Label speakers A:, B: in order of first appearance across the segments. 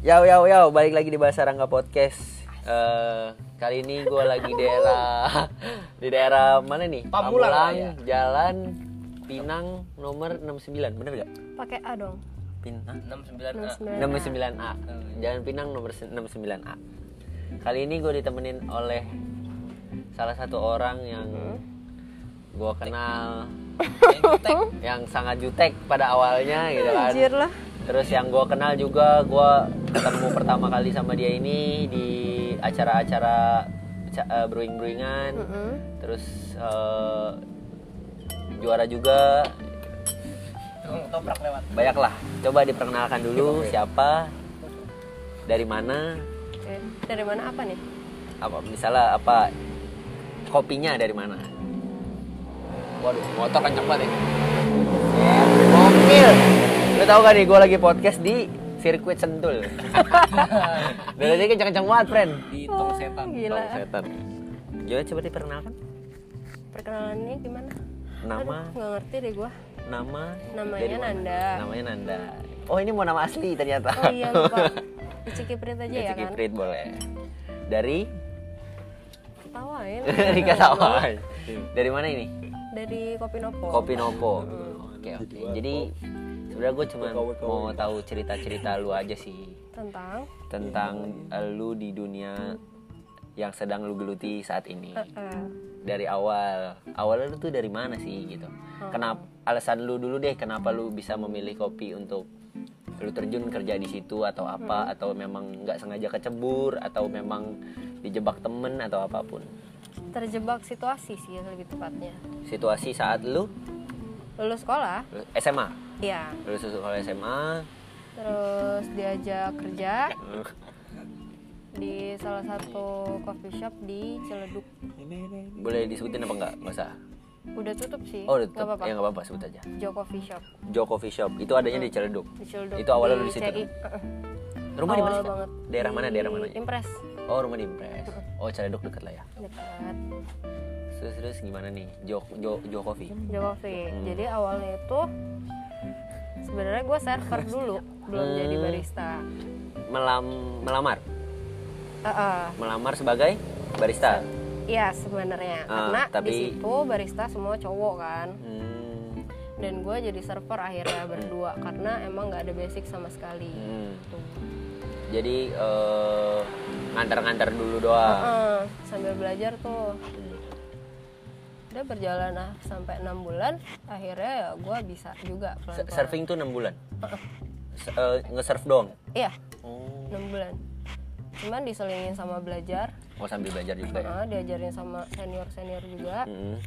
A: Yo yo yo, balik lagi di Bahasa Rangga Podcast. Eh, kali ini gue lagi di daerah di daerah mana nih?
B: Pamulang, ya.
A: Jalan Pinang nomor 69, bener gak?
C: pakai A dong
A: Pinang
B: 69
C: 69.
A: 69A. Jalan Pinang nomor se- 69A. Kali ini gue ditemenin oleh salah satu orang yang gue kenal
B: gitu,
A: yang sangat jutek pada awalnya gitu kan.
C: anjir lah
A: Terus yang gue kenal juga gue ketemu pertama kali sama dia ini di acara-acara ca- eh, brewing-brewingan.
C: Mm-mm.
A: Terus eh, juara juga
B: toprak lewat
A: banyak lah. Coba diperkenalkan dulu siapa, dari mana,
C: Oke. Eh, dari mana apa nih
A: apa misalnya apa kopinya dari mana? Waduh, motor kenceng banget ya. Mobil. Lo tau gak nih, gue lagi podcast di sirkuit Sentul. Dari tadi kenceng-kenceng banget, friend.
B: di
A: Oh.
B: tong setan
C: Oh, gila
A: Tau setan. Jadi coba diperkenalkan.
C: perkenalannya gimana
A: Nama,
C: Aduh, nggak ngerti deh gua
A: nama,
C: Namanya
A: dari mana?
C: Nanda.
A: Namanya Nanda. Oh ini mau nama asli ternyata.
C: oh iya lupa dicikiprit aja ya,
A: Ya,
C: kan
A: Cikiprit boleh. Dari
C: tawain
A: Rika Sawai.
C: Iya.
A: Dari mana ini?
C: dari kopi nopo
A: Kopi Nopo. Oh, Oke oke. Jadi sebenarnya gue cuma mau tahu cerita-cerita lu aja sih
C: tentang
A: tentang eh, lu di dunia yang sedang lu geluti saat ini.
C: eh, eh,
A: Dari awal, awalnya lu tuh dari mana sih gitu? Kenapa alasan lu dulu deh kenapa lu bisa memilih kopi untuk lu terjun kerja di situ atau apa atau memang nggak sengaja kecebur atau memang dijebak temen atau apapun
C: terjebak situasi sih lebih tepatnya
A: situasi saat lu
C: lulus sekolah
A: lu SMA
C: ya
A: lulus sekolah SMA
C: terus diajak kerja
A: Eh.
C: di salah satu coffee shop di Ciledug
A: boleh disebutin apa enggak nggak usah
C: udah tutup sih
A: oh udah
C: nggak
A: tutup
C: apa-apa
A: ya nggak apa-apa sebut aja
C: Jo Coffee Shop
A: Jo Coffee Shop itu adanya di Ciledug
C: di Ciledug
A: itu awalnya lu di situ
C: CI.
A: rumah di mana sih Kak?
C: gitu. Awal banget.
A: daerah mana
C: Di
A: daerah mana
C: Impres
A: oh rumah di Impres oh Ciledug deket lah ya
C: dekat
A: terus terus gimana nih Jo Jo Jo Coffee
C: Jokowi
A: Hmm.
C: jadi awalnya itu sebenarnya gue server dulu belum
A: Eh.
C: jadi barista
A: Melam, melamar
C: Eh, eh,
A: melamar sebagai barista
C: Iya sebenarnya
A: Ah,
C: karena di
A: tapi-
C: situ barista semua cowok kan
A: hmm,
C: dan gue jadi server akhirnya berdua karena emang nggak ada basic sama sekali
A: hmm.
C: Tuh.
A: jadi eh, ngantar-ngantar dulu doang
C: Eh, sambil belajar tuh
A: Hmm.
C: udah berjalan ah, sampai enam bulan akhirnya ya gue bisa juga
A: Se-
C: pelan-pelan.
A: Surfing tuh 6 bulan.
C: Uh-uh.
A: Se- eh, Nge-surf doang.
C: iya
A: Oh.
C: 6 bulan cuman diselingin sama belajar
A: sambil belajar juga ya. Hmm.
C: Heeh, diajarin sama senior senior juga
A: Mm-mm.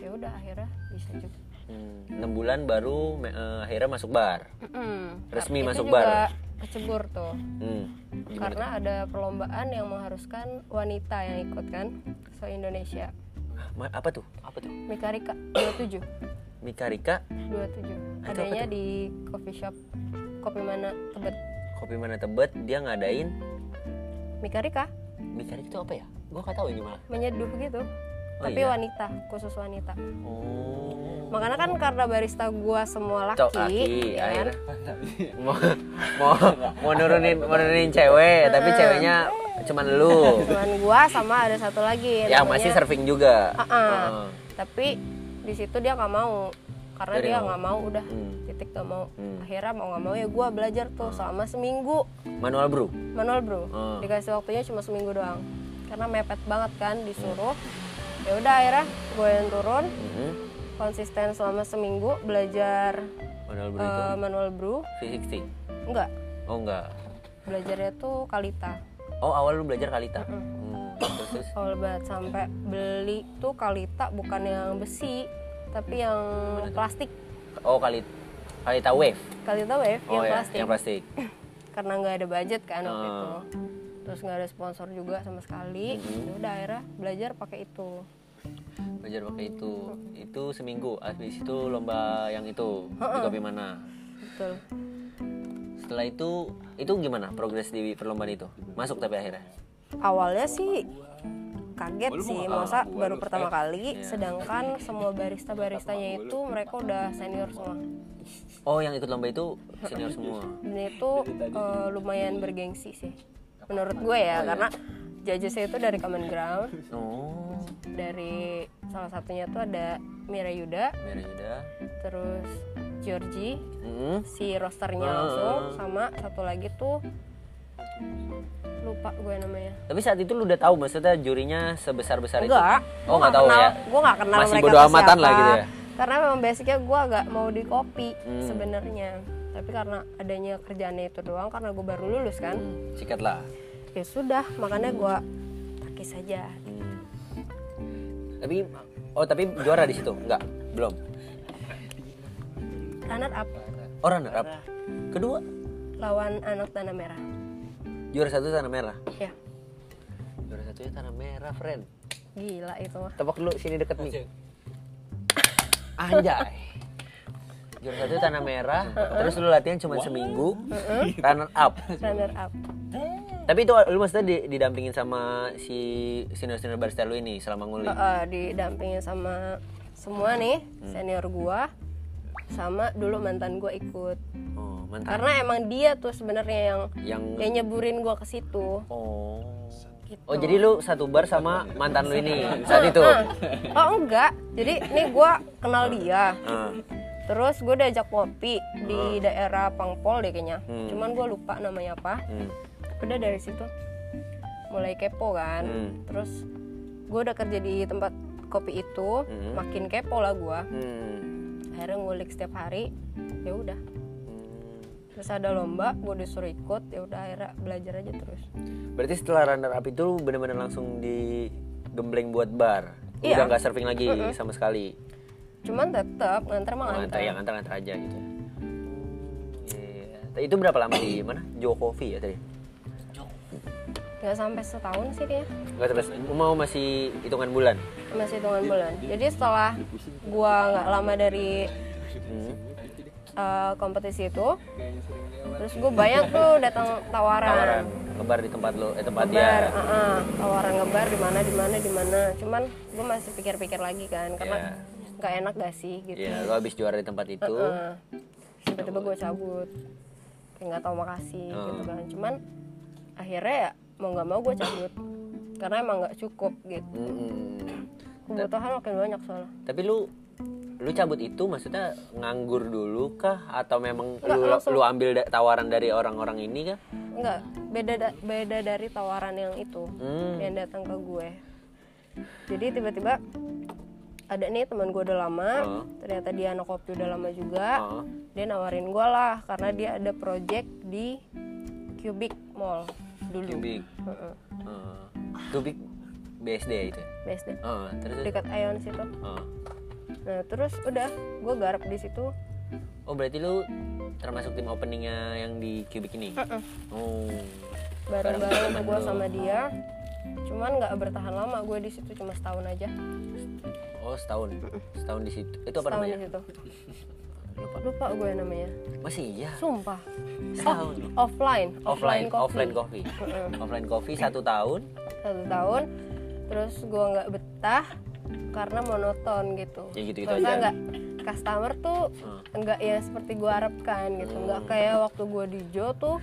C: ya udah akhirnya bisa juga
A: Hmm. 6 bulan baru me- eh, akhirnya masuk bar.
C: Mm-mm.
A: Resmi
C: Itu
A: masuk
C: juga
A: bar.
C: kecebur tuh
A: Hmm. Gimana?
C: karena ada perlombaan yang mengharuskan wanita yang ikut kan se Indonesia
A: Ma- apa tuh? Apa tuh?
C: Mikarika 27
A: Mika Rika,
C: 27
A: apa
C: adanya
A: tuh?
C: di coffee shop kopi mana tebet
A: Kopi Mana Tebet dia ngadain
C: Mikarika
A: Mika Rika itu apa ya? Gua nggak tahu ini malah.
C: menyeduh gitu
A: Oh,
C: tapi
A: iya?
C: wanita khusus wanita
A: Oh.
C: makanya kan karena barista gua semua laki,
A: Cok laki,
C: ya kan?
A: akhirnya mau, mau, mau nurunin mau nurunin cewek, tapi ceweknya cuman lu.
C: cuman gua sama ada satu
A: Ya
C: lagi Iya, namanya-
A: masih surfing juga.
C: Ah, ah. tapi di situ dia nggak mau karena
A: Jadi
C: dia
A: nggak
C: nggak mau udah
A: Hmm.
C: titik nggak mau
A: Hmm. Ah.
C: akhirnya mau nggak mau ya gua belajar tuh selama seminggu
A: Manual brew.
C: manual bro
A: Hmm.
C: dikasih waktunya cuma seminggu doang karena mepet banget kan disuruh
A: Hmm.
C: ya udah akhirnya gue yang turun
A: Mm-mm.
C: konsisten selama seminggu belajar
A: Manual brew itu
C: eh, manual brew
A: 360.
C: enggak
A: Oh enggak.
C: belajarnya tuh kalita
A: Oh awal lu belajar kalita. Hmm, terus terus.
C: awal banget sampai beli tuh kalita bukan yang besi tapi yang plastik
A: Oh kali kalita wave.
C: kalita wave
A: Oh
C: iya, yang
A: ya,
C: plastik
A: yang plastik.
C: karena nggak ada budget kan waktu
A: Ah.
C: itu terus nggak ada sponsor juga sama sekali Ya udah akhirnya belajar pakai itu
A: Belajar pakai itu. Itu seminggu. Habis itu lomba yang itu di kopi mana.
C: betul
A: Setelah itu itu gimana progres di perlombaan itu? Masuk tapi akhirnya.
C: awalnya sih kaget sih masa baru iya. pertama kali sedangkan semua barista baristanya itu mereka udah senior semua
A: Oh, yang ikut lomba itu senior semua.
C: dan itu eh, lumayan bergengsi sih menurut gue ya karena judgesnya itu dari common ground
A: Oh,
C: dari salah satunya tuh ada Mira Yuda
A: Mary Yuda.
C: terus Georgie
A: Mm-mm.
C: si rosternya
A: Ah.
C: langsung sama satu lagi tuh lupa gue namanya
A: Tapi saat itu lu udah tahu maksudnya jurinya sebesar besar itu?
C: enggak
A: Oh, nggak tahu ya.
C: gue nggak kenal
A: Masih
C: mereka
A: bodo
C: tuh
A: amatan
C: siapa.
A: lah gitu ya?
C: karena memang basicnya gue agak mau di kopi
A: Hmm.
C: sebenarnya tapi karena adanya kerjaannya itu doang karena gue baru lulus kan
A: Hmm, sikat lah.
C: ya sudah makanya gue pakai saja
A: Hmm. Tapi oh tapi juara di situ? Enggak, belum.
C: runner up
A: Oh, runner up. Kedua,
C: lawan anak tanah merah
A: juara satu tanah merah.
C: ya
A: Juara satunya tanah merah, friend.
C: gila itu mah
A: Tepuk dulu sini deket nih. Anjay. Juara satu tanah merah, terus lu latihan cuma seminggu, runner up.
C: runner up
A: Tapi itu lu maksudnya di- didampingin sama si senior-senior barista lu ini selama nguli.
C: Heeh, didampingin sama semua nih senior gua sama dulu mantan gua ikut
A: Oh, mantap.
C: karena emang dia tuh sebenarnya yang
A: Yang
C: yang nyeburin gua ke situ
A: Oh.
C: gitu.
A: Oh, jadi lu satu bar sama mantan lu ini saat itu.
C: Heeh. oh enggak jadi nih gua kenal dia
A: Ah.
C: terus gua diajak kopi di daerah Pangpol deh kayaknya
A: Oh. Hmm.
C: cuman gua lupa namanya apa
A: Hmm.
C: udah dari situ mulai kepo kan
A: Hmm.
C: terus gua udah kerja di tempat kopi itu
A: Hmm.
C: makin kepo lah gua
A: Hmm.
C: akhirnya ngulik setiap hari ya udah terus ada lomba gue disuruh ikut ya udah akhirnya belajar aja terus
A: Berarti setelah runner up itu lu bener-bener langsung digembleng buat bar. Lu
C: Iya.
A: Udah nggak surfing lagi sama sekali.
C: cuman tetap nganter mah
A: Oh,
C: nganter
A: ngantar ya, ngantar ngantar aja gitu. Iya. Tapi Itu berapa lama di mana? Jokovi ya tadi.
C: nggak sampai setahun sih kayaknya
A: Enggak terus mau masih hitungan bulan. Iya,
C: masih hitungan bulan jadi setelah gue nggak lama dari
A: Hmm.
C: eh, kompetisi itu terus gue banyak tuh datang tawaran
A: Tawaran ngebar di tempat lu, eh tempat
C: ngebar
A: dia.
C: uh-uh, tawaran ngebar di mana di mana di mana cuman gue masih pikir-pikir lagi kan karena nggak enak gak sih gitu
A: Iya, lu habis juara di tempat itu.
C: Heeh. gitu. tiba-tiba gue
A: Iya.
C: cabut kayak nggak tahu makasih gitu kan cuman akhirnya ya mau nggak mau gue cabut karena emang nggak cukup gitu
A: Hmm.
C: kebutuhan makin banyak soalnya
A: Tapi lu lu cabut itu maksudnya nganggur dulu kah atau memang
C: Nggak,
A: lu
C: langsung.
A: lu ambil da- tawaran dari orang-orang ini kah?
C: nggak beda da- beda dari tawaran yang itu
A: Hmm.
C: yang datang ke gue jadi tiba-tiba ada nih teman gue udah lama
A: Oh.
C: ternyata dia anak kopi udah lama juga
A: Oh.
C: dia nawarin gue lah karena dia ada project di Cubic Mall dulu
A: Cubic.
C: Heeh.
A: Uh, Cubic BSD ya itu. ya?
C: BSD
A: Uh, terus
C: dekat Ion situ
A: uh.
C: Nah terus udah gue garap di situ.
A: Oh, bareti lu termasuk tim openingnya yang di Cubic ini? Oh.
C: bareng-bareng
A: Bareng-bareng
C: gue
A: lu.
C: sama dia. Cuman nggak bertahan lama gue di situ cuma setahun aja.
A: Oh, setahun. Setahun di situ. Itu apa
C: Setahun di
A: namanya?
C: situ.
A: Lupa.
C: Lupa gue namanya.
A: Masih iya.
C: Sumpah.
A: Setahun.
C: Oh. Offline.
A: Offline,
C: coffee.
A: offline coffee. Offline coffee satu tahun.
C: Satu tahun. Terus gue nggak betah karena monoton gitu.
A: Ya gitu-gitu
C: Maksudnya
A: aja. Hmm.
C: nggak customer tuh nggak ya seperti gue harapkan gitu. Nggak kayak waktu gue di Jo tuh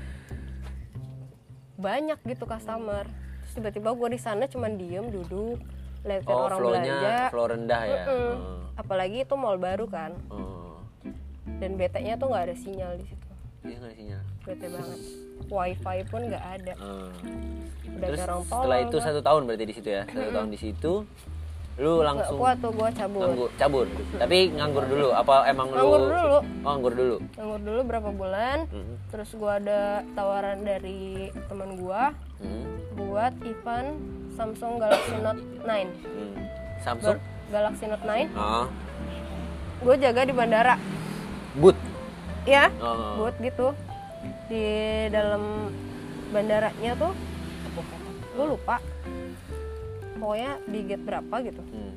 C: banyak gitu customer. Terus tiba-tiba gue di sana cuman diem duduk liatin
A: Oh,
C: orang belanja.
A: flow-nya flow rendah ya.
C: Mm-mm. Apalagi itu mall baru kan.
A: Uh, uh.
C: Dan BT-nya tuh nggak ada sinyal di situ.
A: Iya nggak sinyal.
C: BT banget. Wifi pun nggak ada.
A: Uh.
C: Udah
A: Terus
C: kayak orang
A: setelah
C: tolol
A: itu
C: gua.
A: satu tahun berarti di situ ya. Satu tahun di situ lu
C: Nggak
A: langsung
C: kuat tuh gue cabut. Nganggur.
A: nganggur cabut. Tapi nganggur dulu apa emang lu
C: dulu.
A: Oh, nganggur dulu. Hmm,
C: Nganggur dulu berapa bulan. Terus gue ada tawaran dari teman gue
A: Hmm.
C: buat event Samsung Galaxy Note 9.
A: Hmm.
C: Ba-
A: Samsung.
C: Galaxy Note 9.
A: Ah.
C: Gue jaga di bandara.
A: Boot.
C: Ya.
A: Oh.
C: Buat gitu di dalam bandaranya tuh gue lupa pokoknya di gate berapa gitu
A: Hmm.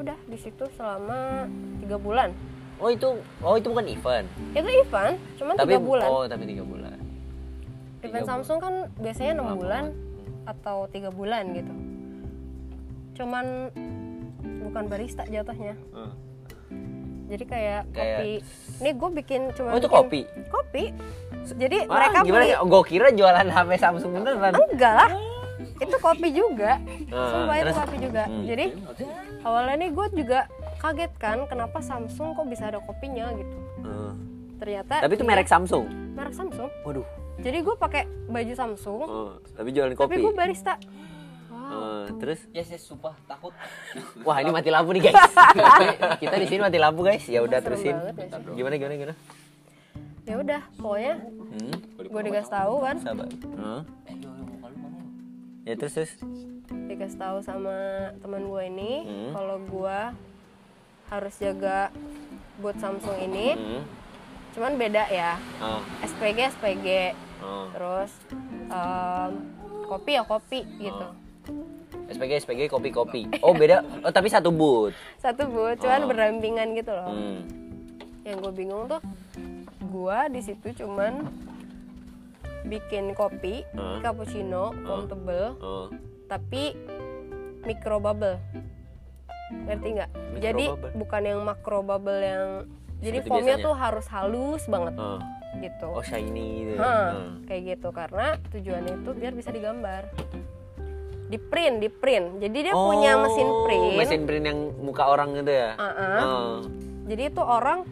C: udah di situ selama tiga bulan
A: Oh itu oh itu bukan event.
C: itu event cuman
A: tapi
C: Kan tiga bulan
A: oh tapi tiga bulan. Iya,
C: event Samsung kan biasanya
A: Hmm,
C: enam bulan atau tiga bulan gitu
A: Hmm.
C: cuman bukan barista jatuhnya jadi kayak,
A: Kayak-
C: kopi ini gue bikin cuma
A: Oh, itu
C: bikin-
A: kopi?
C: kopi jadi
A: Wah,
C: mereka
A: gimana
C: beli Kan?
A: ya? Gue kira jualan HP Samsung beneran.
C: enggak lah itu kopi juga
A: Ah,
C: sumpah itu
A: terus?
C: kopi juga
A: Hmm.
C: jadi awalnya nih gue juga kaget kan kenapa Samsung kok bisa ada kopinya gitu
A: Eh,
C: ternyata
A: tapi itu
C: dia-
A: merek Samsung.
C: merek Samsung
A: Waduh.
C: jadi gue pakai baju Samsung
A: Eh, tapi jualan
C: tapi
A: kopi.
C: gue barista
A: Eh, terus
B: Yes, yes, sumpah takut.
A: wah ini mati lampu nih guys. Kita di sini mati lampu guys. Ya udah
C: Serem
A: terusin.
C: banget gak sih?
A: Gimana gimana gimana?
C: ya udah pokoknya
A: Hmm,
C: gue dikasih tahu kan
A: sabar. Eh,
B: Eh, yo, yo, muka lu mana?
A: ya terus terus.
C: dikasih tahu sama teman gue ini
A: Hmm.
C: kalau gue harus jaga buat Samsung ini
A: Hmm.
C: cuman beda ya
A: Ah,
C: SPG SPG
A: ah.
C: terus em, kopi ya kopi
A: Oh.
C: gitu
A: SPG SPG kopi kopi. Oh beda. Oh tapi satu boot.
C: satu bu cuman
A: Oh.
C: berdampingan gitu loh
A: Hmm.
C: yang gue bingung tuh gue di situ cuman bikin kopi
A: Hmm.
C: cappuccino foam tebel
A: Oh.
C: tapi micro bubble ngerti nggak
A: Micro
C: jadi
A: bubble.
C: bukan yang macro bubble yang jadi
A: Seperti
C: foamnya
A: biasanya.
C: tuh harus halus banget
A: Oh.
C: gitu
A: Oh shiny gitu.
C: Hah,
A: Hmm.
C: kayak gitu karena tujuannya itu biar bisa digambar di print di print jadi dia punya mesin
A: Oh,
C: print
A: Mesin print yang muka orang gitu ya.
C: Uh-uh.
A: Oh.
C: jadi itu orang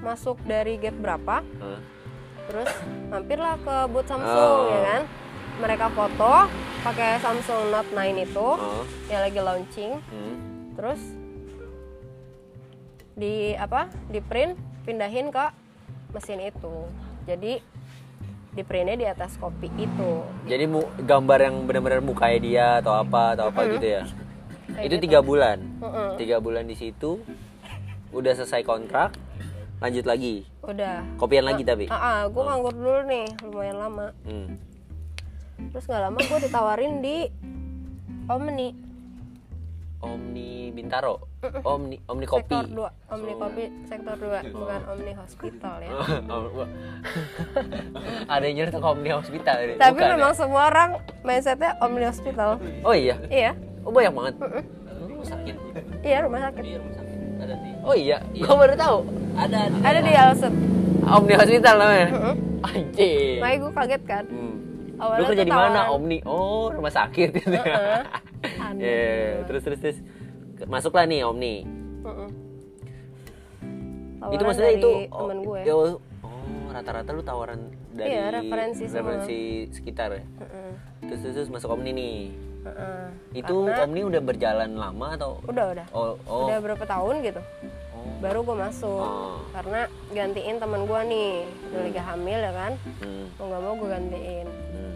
C: masuk dari gate berapa
A: Hah.
C: terus mampirlah ke booth Samsung
A: Oh.
C: ya kan mereka foto pakai Samsung Note 9 itu
A: Oh.
C: yang lagi launching
A: Hmm.
C: terus di apa di print pindahin ke mesin itu jadi di printnya di atas kopi itu
A: Jadi mu- gambar yang benar-benar mukanya dia atau apa atau apa gitu ya.
C: Kayak
A: itu
C: gitu.
A: tiga bulan.
C: Mm-mm.
A: Tiga bulan di situ, udah selesai kontrak, lanjut lagi,
C: udah
A: kopian lagi tapi.
C: ah gue nganggur dulu nih lumayan lama
A: Hmm.
C: terus nggak lama gue ditawarin di Omni
A: Omni Bintaro, Omni Omni Kopi.
C: sektor 2 Omni Kopi sektor 2 bukan Omni Hospital ya
A: Oh, wah. Ada yang nyerita ke Omni Hospital. ini?
C: tapi
A: Bukan,
C: memang
A: ya?
C: semua orang mindsetnya Omni Hospital
A: Oh iya.
C: iya
A: Oh banyak banget.
B: Rumah sakit.
C: iya rumah sakit
B: Iya, rumah sakit. Ada di.
A: Oh iya. Gua baru tahu.
B: Ada. di-
C: ada di Alset
A: Omni Hospital namanya. Anjir.
C: makanya gue kaget kan
A: Hmm.
C: awalnya
A: Lu kerja
C: tuh
A: di mana?
C: tawaran-
A: Omni. Oh, rumah sakit. Iya,
C: Aneh.
A: terus terus terus Ke- masuklah nih Omni.
C: Mm-mm.
A: itu
C: Tawaran
A: maksudnya
C: dari
A: itu
C: temen gue
A: ya, Oh, rata-rata lu tawaran dari
C: Iya, referensi semua.
A: referensi sekitar ya.
C: Mm-mm.
A: Terus terus, terus masuk Omni nih.
C: Mm-mm.
A: Itu Omni udah berjalan lama atau
C: udah udah
A: Oh, oh.
C: udah berapa tahun gitu
A: Oh.
C: baru gue masuk
A: Oh.
C: karena gantiin teman gue nih udah lagi hamil ya kan
A: Hmm,
C: mau nggak mau gue gantiin
A: hmm.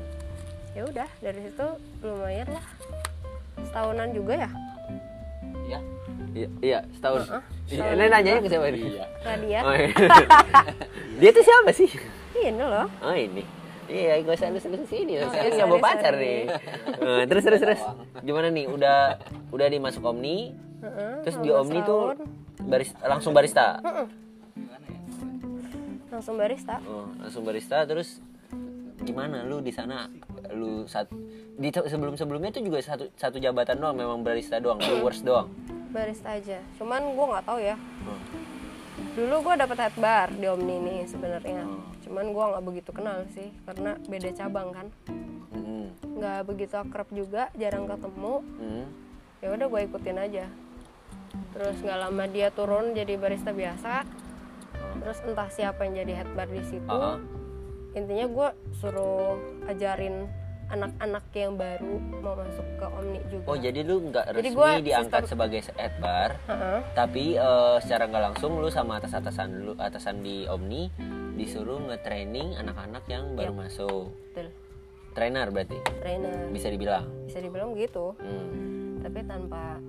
C: ya udah dari situ lumayan lah setahunan juga ya
B: Ya.
A: Iya, iya, setahun.
C: Heeh,
A: Iya,
C: setahun.
A: Ini nanyanya ke siapa nih?
B: Iya.
C: Radia
A: Oh, iya. Dia tuh siapa sih?
C: ini loh
A: Oh ini. Iya, gak usah lu sini sini.
C: Oh,
A: Saya
C: sorry,
A: nggak mau pacar
C: sorry.
A: nih. Eh, terus terus terus. Gimana nih? Udah udah nih masuk Omni.
C: Heeh,
A: Terus di
C: 15
A: Omni tuh
C: tahun,
A: baris, langsung barista.
B: Gimana ya?
C: langsung barista
A: Oh, langsung barista terus gimana lu di sana lu sat, di sebelum sebelumnya tuh juga satu satu jabatan doang memang barista doang brewers doang
C: barista aja cuman gue nggak tahu ya
A: Hmm.
C: dulu gue dapet head bar di Omni ini sebenarnya
A: Hmm.
C: cuman gue nggak begitu kenal sih karena beda cabang kan
A: Mm-mm.
C: nggak begitu akrab juga jarang ketemu
A: Mm.
C: ya udah gue ikutin aja terus nggak lama dia turun jadi barista biasa
A: Hmm.
C: terus entah siapa yang jadi head bar di situ
A: Ah.
C: intinya gue suruh ajarin anak-anak yang baru mau masuk ke Omni juga
A: oh jadi lu nggak
C: Jadi
A: resmi
C: gua
A: diangkat
C: sistem-
A: sebagai head bar
C: Heeh.
A: tapi eh, secara nggak langsung lu sama atas atasan dulu atasan di Omni disuruh nge-training anak-anak
C: Iya.
A: yang baru masuk
C: betul
A: trainer berarti
C: trainer
A: bisa dibilang
C: bisa dibilang gitu
A: Hmm.
C: tapi tanpa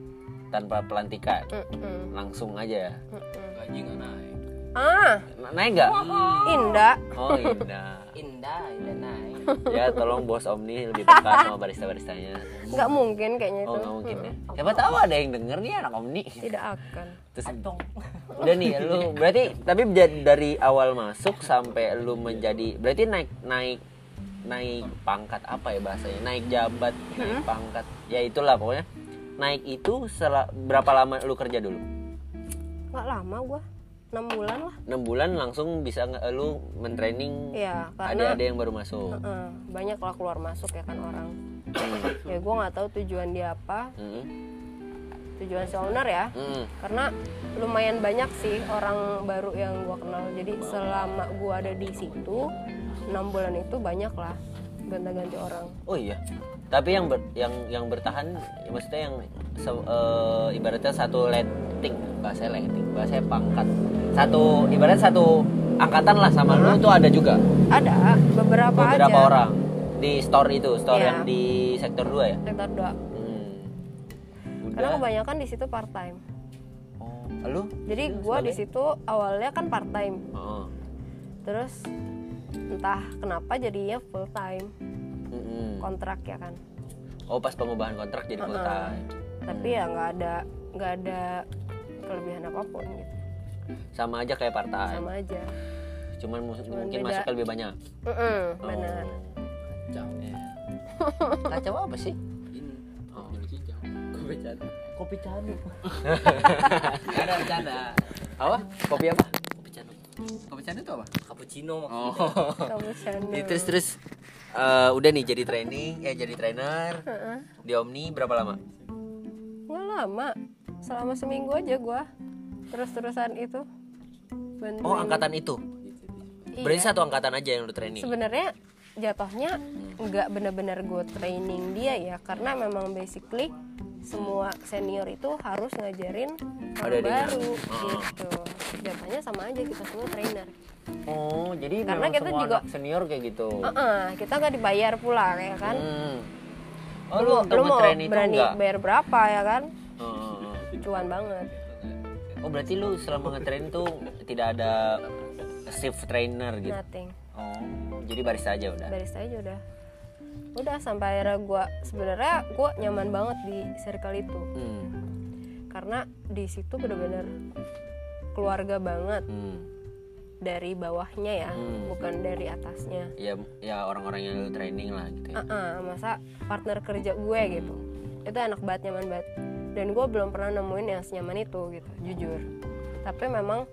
A: tanpa pelantikan
C: Mm-mm.
A: langsung aja
C: Mm-mm.
B: Gaji nggak naik.
C: ah
A: Na- naik nggak
C: indah
A: oh indah
B: Indah, indah naik.
A: ya tolong bos Omni lebih peka sama barista baristanya
C: nggak mungkin kayaknya itu
A: oh nggak mungkin ya siapa tahu ada yang denger nih anak Omni
C: tidak akan
A: terus
B: Dong.
A: udah nih lu berarti tapi jadi- dari awal masuk sampai lu menjadi berarti naik naik naik pangkat apa ya bahasanya naik jabat naik pangkat ya itulah pokoknya naik itu sel- berapa lama lu kerja dulu
C: nggak lama gue enam bulan lah
A: 6 bulan langsung bisa nge- lu mentraining
C: ya karena
A: ada-ada yang baru masuk.
C: Heeh, banyak lah keluar masuk ya kan orang ya gue nggak tahu tujuan dia apa
A: Mm-mm.
C: tujuan si owner ya
A: Mm-mm.
C: karena lumayan banyak sih orang baru yang gue kenal jadi selama gue ada di situ enam bulan itu banyak lah ganti-ganti orang
A: Oh iya. Tapi yang ber- yang yang bertahan ya maksudnya yang se- eh, ibaratnya satu leting, bahasa leting, bahasa pangkat. Satu ibaratnya satu angkatan lah sama lu tuh ada juga
C: ada beberapa,
A: beberapa
C: aja
A: orang di store itu, store
C: Iya.
A: yang di sektor 2 ya.
C: sektor dua
A: Hmm.
C: karena
A: Udah.
C: kebanyakan di situ part time
A: Oh, lu?
C: jadi
A: Lu
C: gue di
A: sebagai-
C: situ awalnya kan part time
A: Oh.
C: terus entah kenapa jadinya full time
A: Hmm. Mm-mm.
C: kontrak ya kan
A: Oh, pas pengubahan kontrak jadi full
C: Heeh.
A: time. Hmm.
C: tapi ya nggak ada nggak ada kelebihan apapun gitu
A: Sama aja kayak part time.
C: sama aja
A: Cuman, mus-
C: Cuman
A: mungkin
C: beda.
A: masuknya lebih banyak.
C: Mm-mm, benar
B: Kacau.
A: Kacau apa sih?
B: Ini.
A: Oh.
B: Kopi cincau. Kopi canda.
A: Kopi candu.
B: Ada bercanda.
A: Apa? Kopi apa?
B: Kopi canda. Kopi canda itu apa? Cappuccino maksudnya.
A: Oh.
C: kamu
A: Di- terus terus eh, udah nih jadi training ya jadi trainer di Omni berapa lama?
C: nggak lama selama seminggu aja gua terus terusan itu bantuin
A: Oh angkatan itu.
C: Iya.
A: Berarti satu angkatan aja yang lu training.
C: sebenarnya jatuhnya nggak benar-benar gue training dia ya karena memang basically semua senior itu harus ngajarin
A: Ada
C: orang
A: dia.
C: baru
A: Oh.
C: gitu jatuhnya sama aja kita semua trainer
A: Oh jadi
C: Karena
A: memang
C: kita
A: semua
C: juga- Oh.
A: anak senior kayak gitu.
C: Heeh, kita nggak dibayar pula ya kan
A: Hmm. Oh lu, waktu
C: lu mau
A: nge-train itu
C: berani
A: enggak?
C: bayar berapa ya kan
A: Oh.
C: cuan banget
A: oh berarti lu selama ngetrain tuh tidak ada shift trainer gitu.
C: nothing
A: Oh jadi barista aja udah.
C: barista aja udah udah sampai akhirnya gue sebenarnya gue nyaman banget di circle itu
A: Hmm.
C: karena di situ bener-bener keluarga banget
A: Hmm.
C: dari bawahnya ya
A: Hmm.
C: bukan dari atasnya
A: Ya ya orang-orang yang lu training lah gitu. Ya.
C: ah ah, masa partner kerja gue
A: Hmm.
C: gitu itu enak banget nyaman banget dan gue belum pernah nemuin yang senyaman itu gitu jujur tapi memang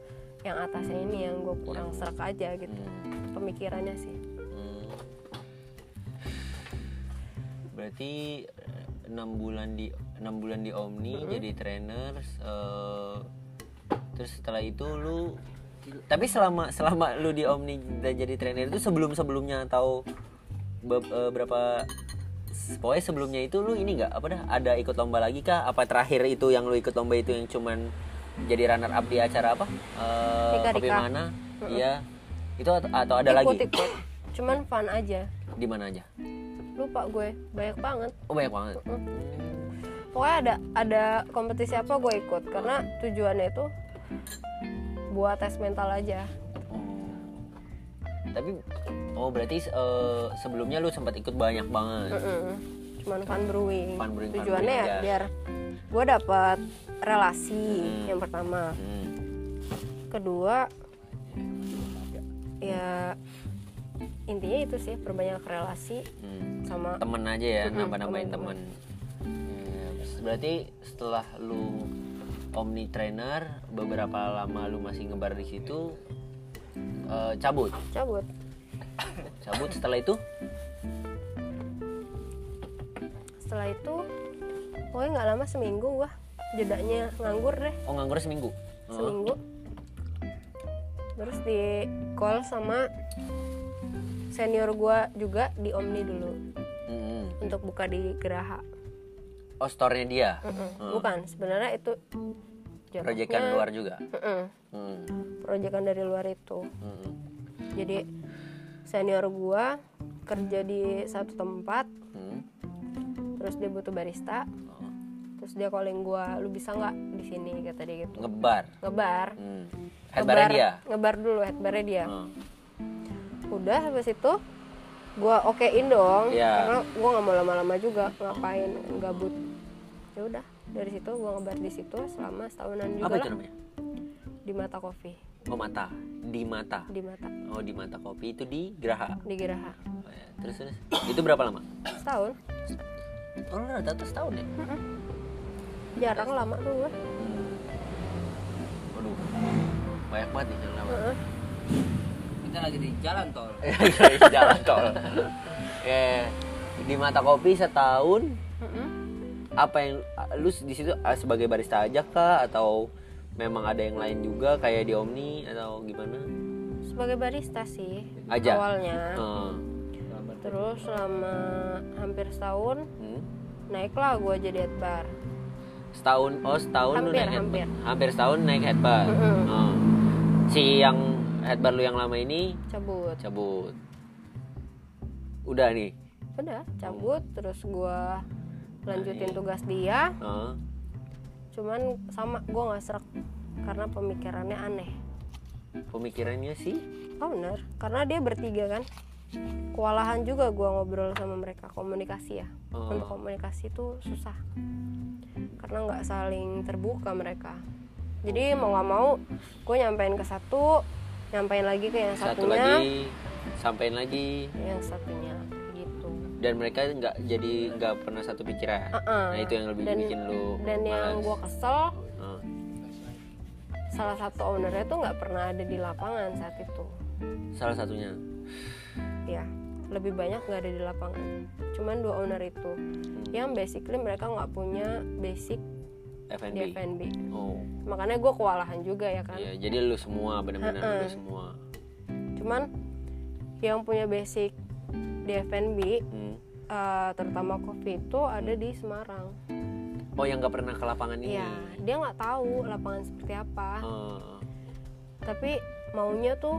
C: yang atasnya ini yang gue kurang serak aja gitu
A: Hmm.
C: pemikirannya sih
A: Hmm. Berarti eh, enam bulan di enam bulan di Omni
C: Hmm.
A: jadi trainer eh, terus setelah itu lu tapi selama selama lu di Omni dan jadi trainer itu sebelum-sebelumnya atau be- eh, berapa s- pokoknya sebelumnya itu lu ini nggak apa dah ada ikut lomba lagi kah apa terakhir itu yang lu ikut lomba itu yang cuman jadi runner up di acara apa Eh,
C: Rika,
A: kopi
C: Rika.
A: mana iya itu atau, atau ada lagi
C: ikut ikut cuman fun aja
A: di mana aja
C: lupa gue banyak banget
A: Oh banyak banget.
C: pokoknya ada ada kompetisi apa gue ikut karena tujuannya itu buat tes mental aja
A: Tapi oh berarti eh, sebelumnya lu sempat ikut banyak banget.
C: Mm-mm. cuman fun brewing,
A: Fun brewing, fun
C: tujuannya
A: brewing
C: ya
A: aja.
C: biar gue dapat relasi yang pertama
A: Hmm.
C: kedua ya intinya itu sih perbanyak relasi
A: hmm.
C: sama
A: Temen aja ya,
C: Mm-mm,
A: nambah-nambahin
C: temen-temen.
A: temen. Hmm, Berarti setelah lu Omni trainer beberapa lama lu masih ngebar di situ eh, cabut.
C: cabut
A: Cabut setelah itu
C: setelah itu pokoknya nggak lama seminggu gue jedanya nganggur deh
A: oh nganggur seminggu. Heeh.
C: seminggu terus di call sama senior gua juga di Omni dulu
A: Mm-mm.
C: untuk buka di Geraha
A: Oh store-nya dia.
C: bukan sebenarnya itu jatuhnya-
A: Hmm. Proyekan luar juga.
C: Mm-mm,
A: Hmm.
C: proyekan dari luar itu
A: Mm-mm.
C: jadi senior gua kerja di satu tempat
A: Hmm.
C: terus dia butuh barista
A: Oh,
C: terus dia calling gua lu bisa nggak di sini kata dia gitu
A: Ngebar.
C: ngebar
A: Hmm.
C: Ngebar-
A: Headbarnya dia.
C: ngebar dulu headbarnya dia
A: Hmm.
C: udah habis itu gua okein dong
A: Iya.
C: karena gua nggak mau lama-lama juga ngapain gabut ya udah dari situ gua ngebar di situ selama setahunan juga
A: Apa itu
C: lah
A: namanya?
C: di mata kopi
A: Oh mata, di mata.
C: di mata
A: Oh di mata kopi itu di Geraha.
C: di Geraha
A: Oh, ya. Terus terus itu berapa lama?
C: setahun
A: Oh lu rata-rata setahun ya?
C: jarang lama tuh gua
A: Hmm. Waduh. banyak banget nih jalan lama
C: Heeh.
B: Kita lagi di jalan tol.
A: jalan tol ya di mata kopi setahun
C: Heeh.
A: apa yang lu di situ ah, sebagai barista aja kah atau memang ada yang lain juga kayak di Omni atau gimana
C: Sebagai barista sih
A: Aja.
C: awalnya.
A: Eh,
C: Terus selama hampir setahun
A: hmm.
C: naiklah gue jadi head bar.
A: setahun oh setahun lu
C: Hampir,
A: naik headbar.
C: hampir. Mm-hmm.
A: hampir setahun naik headbar
C: Mm-mm.
A: Eh. si yang headbar lu yang lama ini
C: Cabut.
A: cabut udah nih
C: Udah, cabut terus gue lanjutin tugas dia.
A: Eh,
C: Cuman sama gue nggak serak karena pemikirannya aneh.
A: pemikirannya sih
C: Oh bener, karena dia bertiga kan Kewalahan juga gua ngobrol sama mereka Komunikasi ya
A: Oh.
C: Untuk komunikasi itu susah Karena nggak saling terbuka mereka Jadi mau nggak mau Gue nyampein ke satu Nyampein lagi ke yang
A: satu
C: satunya
A: lagi sampein lagi
C: Yang satunya gitu
A: dan mereka nggak jadi nggak pernah satu pikiran
C: Uh-uh.
A: nah itu yang lebih
C: Dan-
A: bikin lu
C: Dan yang
A: malas.
C: gua kesel
A: Eh.
C: Salah satu ownernya tuh nggak pernah ada di lapangan saat itu
A: salah satunya
C: ya lebih banyak nggak ada di lapangan cuman dua owner itu
A: Hmm.
C: yang basically mereka nggak punya basic di
A: F&B
C: F&B
A: oh
C: makanya gue kewalahan juga ya kan Uh-uh.
A: iya jadi lu semua benar-benar
C: Heeh.
A: lu semua
C: cuman yang punya basic di F&B
A: Hmm.
C: eh, terutama coffee itu ada di Semarang
A: oh yang nggak pernah ke lapangan ini
C: Iya dia nggak tahu lapangan seperti apa
A: Eh,
C: tapi maunya tuh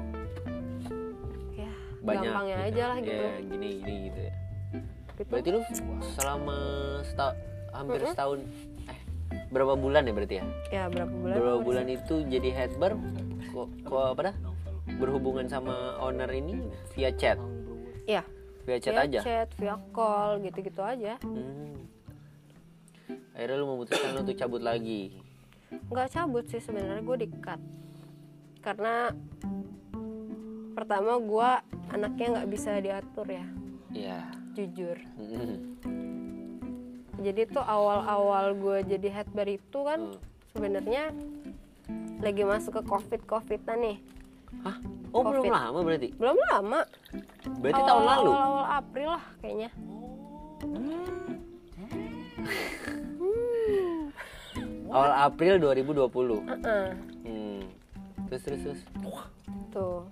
C: ya
A: banyak
C: gampangnya
A: gitu.
C: aja lah gitu
A: Iya, gini gini gitu ya
C: gitu
A: berarti lu selama seta- hampir
C: Mm-mm.
A: setahun eh berapa bulan ya berarti ya
C: ya berapa bulan
A: berapa
C: gua
A: bulan itu jadi head bar kok kok apa dah berhubungan sama owner ini via chat
C: sih. ya
A: via chat
C: via
A: aja
C: chat via call gitu-gitu aja
A: Hmm. akhirnya lu memutuskan untuk cabut lagi
C: nggak cabut sih sebenarnya gue dikat karena pertama gue anaknya nggak bisa diatur ya
A: iya Hmm.
C: jujur
A: Mm-mm.
C: jadi tuh awal-awal gue jadi head bar itu kan
A: Hmm.
C: sebenarnya lagi masuk ke covid covidan nih
A: Hah? Oh belum
C: Covid.
A: lama berarti?
C: belum lama
A: Berarti tahun lalu?
C: awal, awal April lah kayaknya
A: Awal April 2020
C: Heeh,
A: hmm. Terus terus terus
C: tuh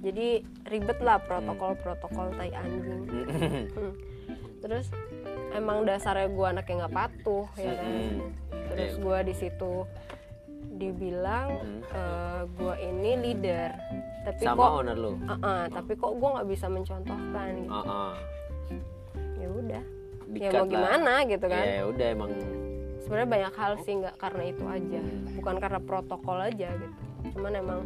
C: jadi ribet lah protokol protokol tai anjing Hmm. terus emang dasarnya gue anaknya nggak patuh ya kan
A: Mm-mm.
C: terus
A: Iya. Hmm.
C: gue di situ dibilang gue ini leader tapi
A: Sama
C: kok
A: owner lu?
C: Uh-uh, tapi kok gue nggak bisa mencontohkan gitu
A: Uh-uh.
C: ya udah ya
A: Dikat
C: mau
A: lah.
C: gimana gitu kan
A: Ya udah emang
C: sebenarnya banyak hal sih nggak karena itu aja bukan karena protokol aja gitu cuman emang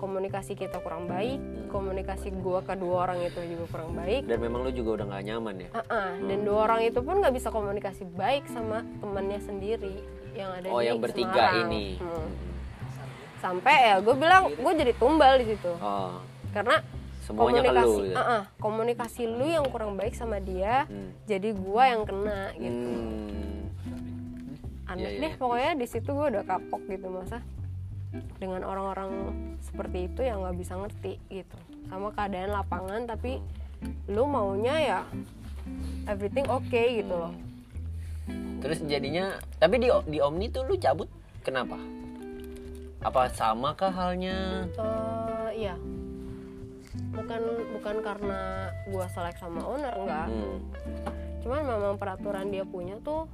C: komunikasi kita kurang baik komunikasi gue ke dua orang itu juga kurang baik
A: Dan memang lu juga udah gak nyaman ya?
C: Ah, dan dua orang itu pun nggak bisa komunikasi baik sama temennya sendiri yang ada
A: Oh,
C: di
A: yang bertiga
C: Semarang.
A: ini.
C: Hmm. Sampai ya gue bilang gue jadi tumbal di situ
A: Oh,
C: karena
A: semuanya ke
C: komunikasi,
A: lu gitu.
C: Ah, ah, komunikasi lu yang kurang baik sama dia,
A: Hmm.
C: jadi gue yang kena gitu.
A: Hmm.
C: Aneh
A: iya,
C: deh
A: iya.
C: pokoknya di situ gue udah kapok gitu masa dengan orang-orang seperti itu yang nggak bisa ngerti gitu sama keadaan lapangan tapi
A: Hmm.
C: lu maunya ya everything oke gitu loh
A: Terus jadinya tapi di di Omni tuh lu cabut kenapa? Apa sama kah halnya?
C: Eh, iya. Bukan bukan karena gua selek sama owner enggak.
A: Hmm.
C: Cuman memang peraturan dia punya tuh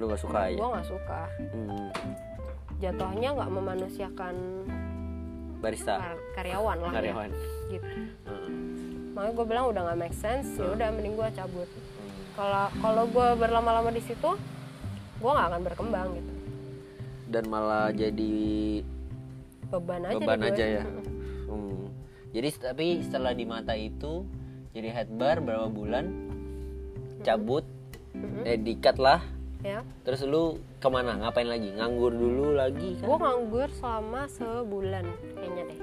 A: Lu gak suka aja?
C: gua nggak suka.
A: Hmm.
C: Jatuhnya nggak memanusiakan
A: Barista,
C: kar- karyawan lah. ya.
A: Nah. karyawan.
C: Gitu.
A: Hmm.
C: Makanya gue bilang udah nggak make sense, ya udah mending gua cabut. Kalau kalau gua berlama-lama di situ, gua nggak akan berkembang gitu.
A: dan malah jadi
C: Beban aja
A: beban
C: di gue.
A: aja ya. Hmm. Jadi tapi setelah di mata itu jadi head bar berapa bulan
C: Hmm.
A: cabut eh dikat lah
C: Ya.
A: terus lu kemana ngapain lagi nganggur dulu lagi kan
C: Gua nganggur selama sebulan kayaknya deh.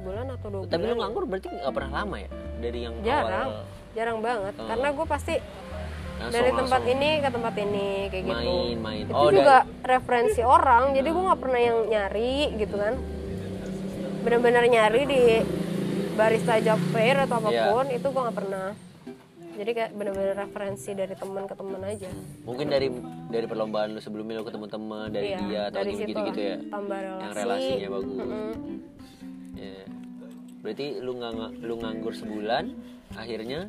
C: Sebulan atau dua bulan.
A: tapi lu nganggur berarti nggak pernah lama ya dari yang
C: jarang
A: awal Hmm.
C: jarang banget karena gue pasti
A: langsung,
C: dari tempat
A: langsung
C: ini ke tempat ini kayak gitu
A: main main
C: itu
A: oh
C: juga
A: dari
C: referensi orang jadi gue nggak pernah yang nyari gitu kan bener-bener nyari di barista job fair atau
A: Iya.
C: apapun itu gue nggak pernah jadi kayak bener-bener referensi dari teman ke teman aja
A: mungkin dari dari perlombaan lu sebelumnya lu ketemu teman dari
C: Iya,
A: dia atau
C: dari
A: gitu
C: situ
A: gitu,
C: lah.
A: ya
C: tambah relasi
A: yang relasinya bagus
C: Mm-mm.
A: Iya. berarti lu nggak nggak- lu nganggur sebulan akhirnya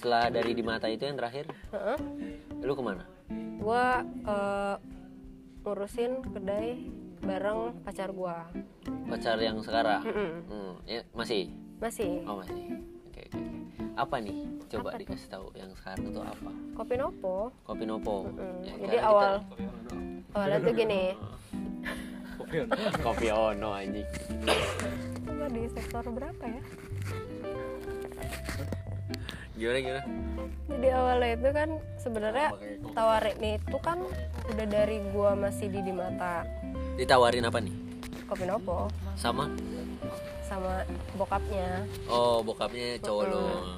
A: setelah dari di mata itu yang terakhir
C: Heeh.
A: lu kemana
C: gue eh, ngurusin kedai bareng pacar gue
A: pacar yang sekarang
C: Mm-mm.
A: Hmm, ya, masih
C: masih
A: oh masih oke oke oke. apa nih coba dikasih tahu yang sekarang itu apa
C: kopi nopo
A: kopi nopo
C: Mm,
A: Ya,
C: jadi
A: karena kita-
C: awal awalnya tuh gini
A: kopi ono anjing
C: Coba di sektor berapa ya
A: gimana gimana
C: jadi awalnya itu kan sebenarnya
A: Oh,
C: tawarin itu kan udah dari gua masih di Dimata
A: ditawarin apa nih
C: kopi nopo
A: sama
C: sama bokapnya
A: oh bokapnya cowok lo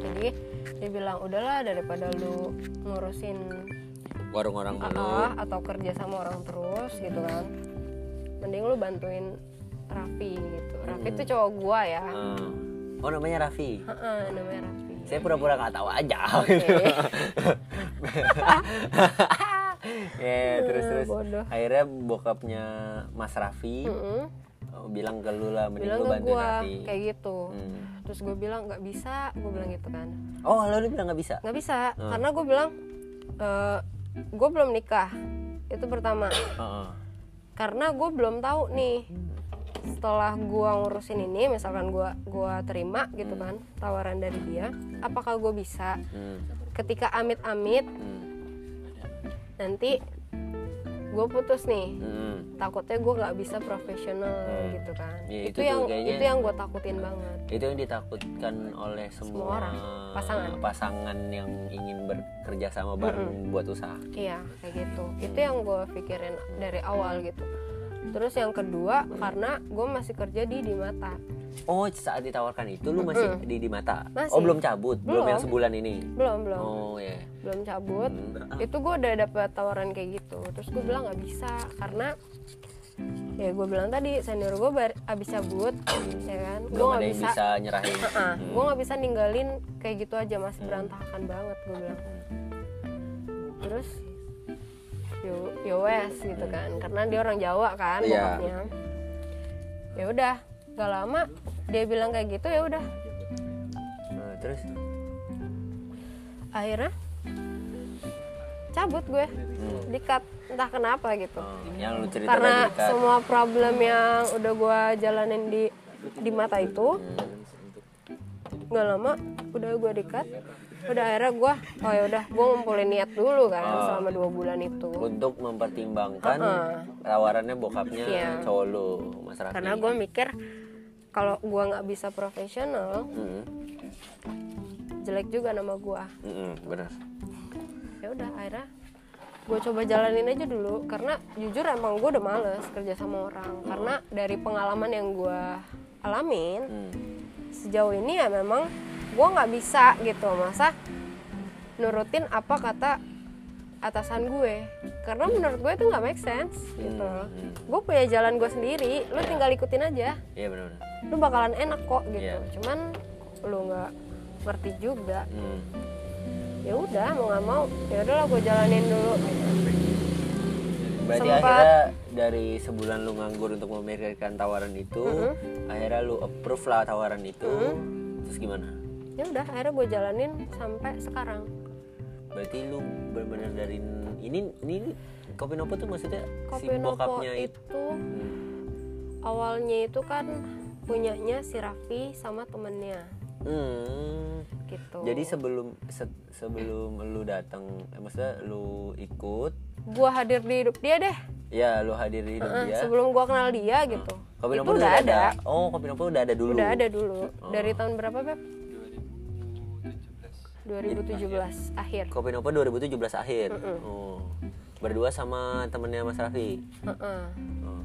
C: jadi dia bilang udahlah daripada lu ngurusin
A: warung orang
C: AA
A: mulu
C: atau kerja sama orang terus gitu kan mending lu bantuin Raffi gitu Raffi tuh cowok gua ya
A: Hmm. oh namanya Raffi
C: Heeh, namanya Raffi
A: saya pura-pura nggak tahu aja gitu.
C: Oke.
A: Ya, terus
C: Eh,
A: terus
C: bodoh.
A: akhirnya bokapnya Mas Raffi
C: Mm-mm,
A: oh, bilang ke lu lah mending
C: bilang
A: lu
C: ke
A: bantuin
C: gua
A: Raffi
C: kayak gitu
A: Hmm.
C: terus gue bilang nggak bisa gue bilang gitu kan
A: oh lo lu bilang nggak bisa
C: nggak bisa
A: Nah.
C: karena gue bilang gue belum nikah itu pertama
A: Heeh.
C: karena gue belum tahu nih setelah gue ngurusin ini misalkan gue gua terima gitu kan tawaran dari dia apakah gue bisa
A: Hmm,
C: ketika amit-amit
A: hmm,
C: nanti gue putus nih
A: hmm.
C: takutnya gue nggak bisa profesional gitu kan
A: Iya,
C: itu,
A: itu tuh
C: yang
A: kayaknya-
C: itu yang gue takutin banget
A: itu yang ditakutkan oleh semua,
C: Semua orang. Pasangan.
A: pasangan yang ingin bekerja sama bareng buat usaha
C: Iya kayak gitu Itu yang gue pikirin dari awal gitu Terus yang kedua karena gue masih kerja di Dimata
A: oh saat ditawarkan itu lu masih di di mata
C: Hmm. Masih.
A: oh belum cabut belum.
C: Belum.
A: yang sebulan ini
C: Belum belum
A: oh ya Hmm.
C: belum cabut Itu gue udah dapet tawaran kayak gitu Terus gue bilang nggak bisa karena Ya gue bilang tadi senior gue abis cabut ya kan Gue
A: belum ada
C: nggak
A: yang
C: bisa
A: bisa nyerahin Hmm.
C: gue nggak bisa ninggalin kayak gitu aja masih berantakan banget gue bilang
A: Hmm.
C: terus yo yo wes gitu kan karena dia orang Jawa kan
A: Hmm. Iya.
C: bokapnya ya udah gak lama dia bilang kayak gitu ya udah
A: Nah, terus
C: akhirnya cabut gue dikat entah kenapa gitu
A: Hmm. oh, yang lu cerita
C: karena
A: tadi Kak.
C: semua problem yang udah gue jalanin di di mata itu nggak lama udah gue dekat udah akhirnya gue oh ya udah gue ngumpulin niat dulu kan
A: Oh.
C: selama dua bulan itu
A: untuk mempertimbangkan
C: Heeh.
A: tawarannya bokapnya
C: Iya.
A: cowok lu Mas Raffi
C: karena gue mikir kalau gue nggak bisa profesional
A: Mm-mm,
C: jelek juga nama gue
A: mm-mm, hmm, benar
C: ya udah akhirnya gue coba jalanin aja dulu karena jujur emang gue udah males kerja sama orang karena dari pengalaman yang gue alamin
A: Mm.
C: sejauh ini ya memang gue nggak bisa gitu masa nurutin apa kata atasan gue karena menurut gue itu nggak make sense gitu
A: Hmm.
C: gue punya jalan gue sendiri lu tinggal ikutin aja
A: iya benar benar.
C: lu bakalan enak kok gitu
A: Iya.
C: cuman lu nggak ngerti juga
A: Mm.
C: ya udah mau nggak mau ya udahlah gue jalanin dulu
A: Berarti
C: Sempat.
A: akhirnya dari sebulan lu nganggur untuk memikirkan tawaran itu, akhirnya lu approve lah tawaran itu. Terus gimana?
C: ya udah akhirnya gue jalanin sampai sekarang
A: Berarti lu benar-benar dari ini ini ini kopi nopo tuh maksudnya si
C: kopi nopo
A: bokapnya itu. Hmm.
C: itu awalnya itu kan punyanya si Raffi sama temennya
A: Hmm.
C: gitu
A: Jadi sebelum se- sebelum lu datang, eh, maksudnya lu ikut,
C: gua hadir di hidup dia deh
A: ya lu hadir di hidup
C: Eh,
A: dia.
C: sebelum gua kenal dia gitu
A: Kopi
C: itu
A: nopo tuh
C: udah
A: udah
C: ada.
A: Oh, kopi nopo udah ada dulu.
C: udah ada dulu dari tahun berapa beb 2017 akhir
A: Kopi nopo 2017 akhir. Oh. Berdua sama temennya Mas Raffi.
C: Heeh.
A: Oh.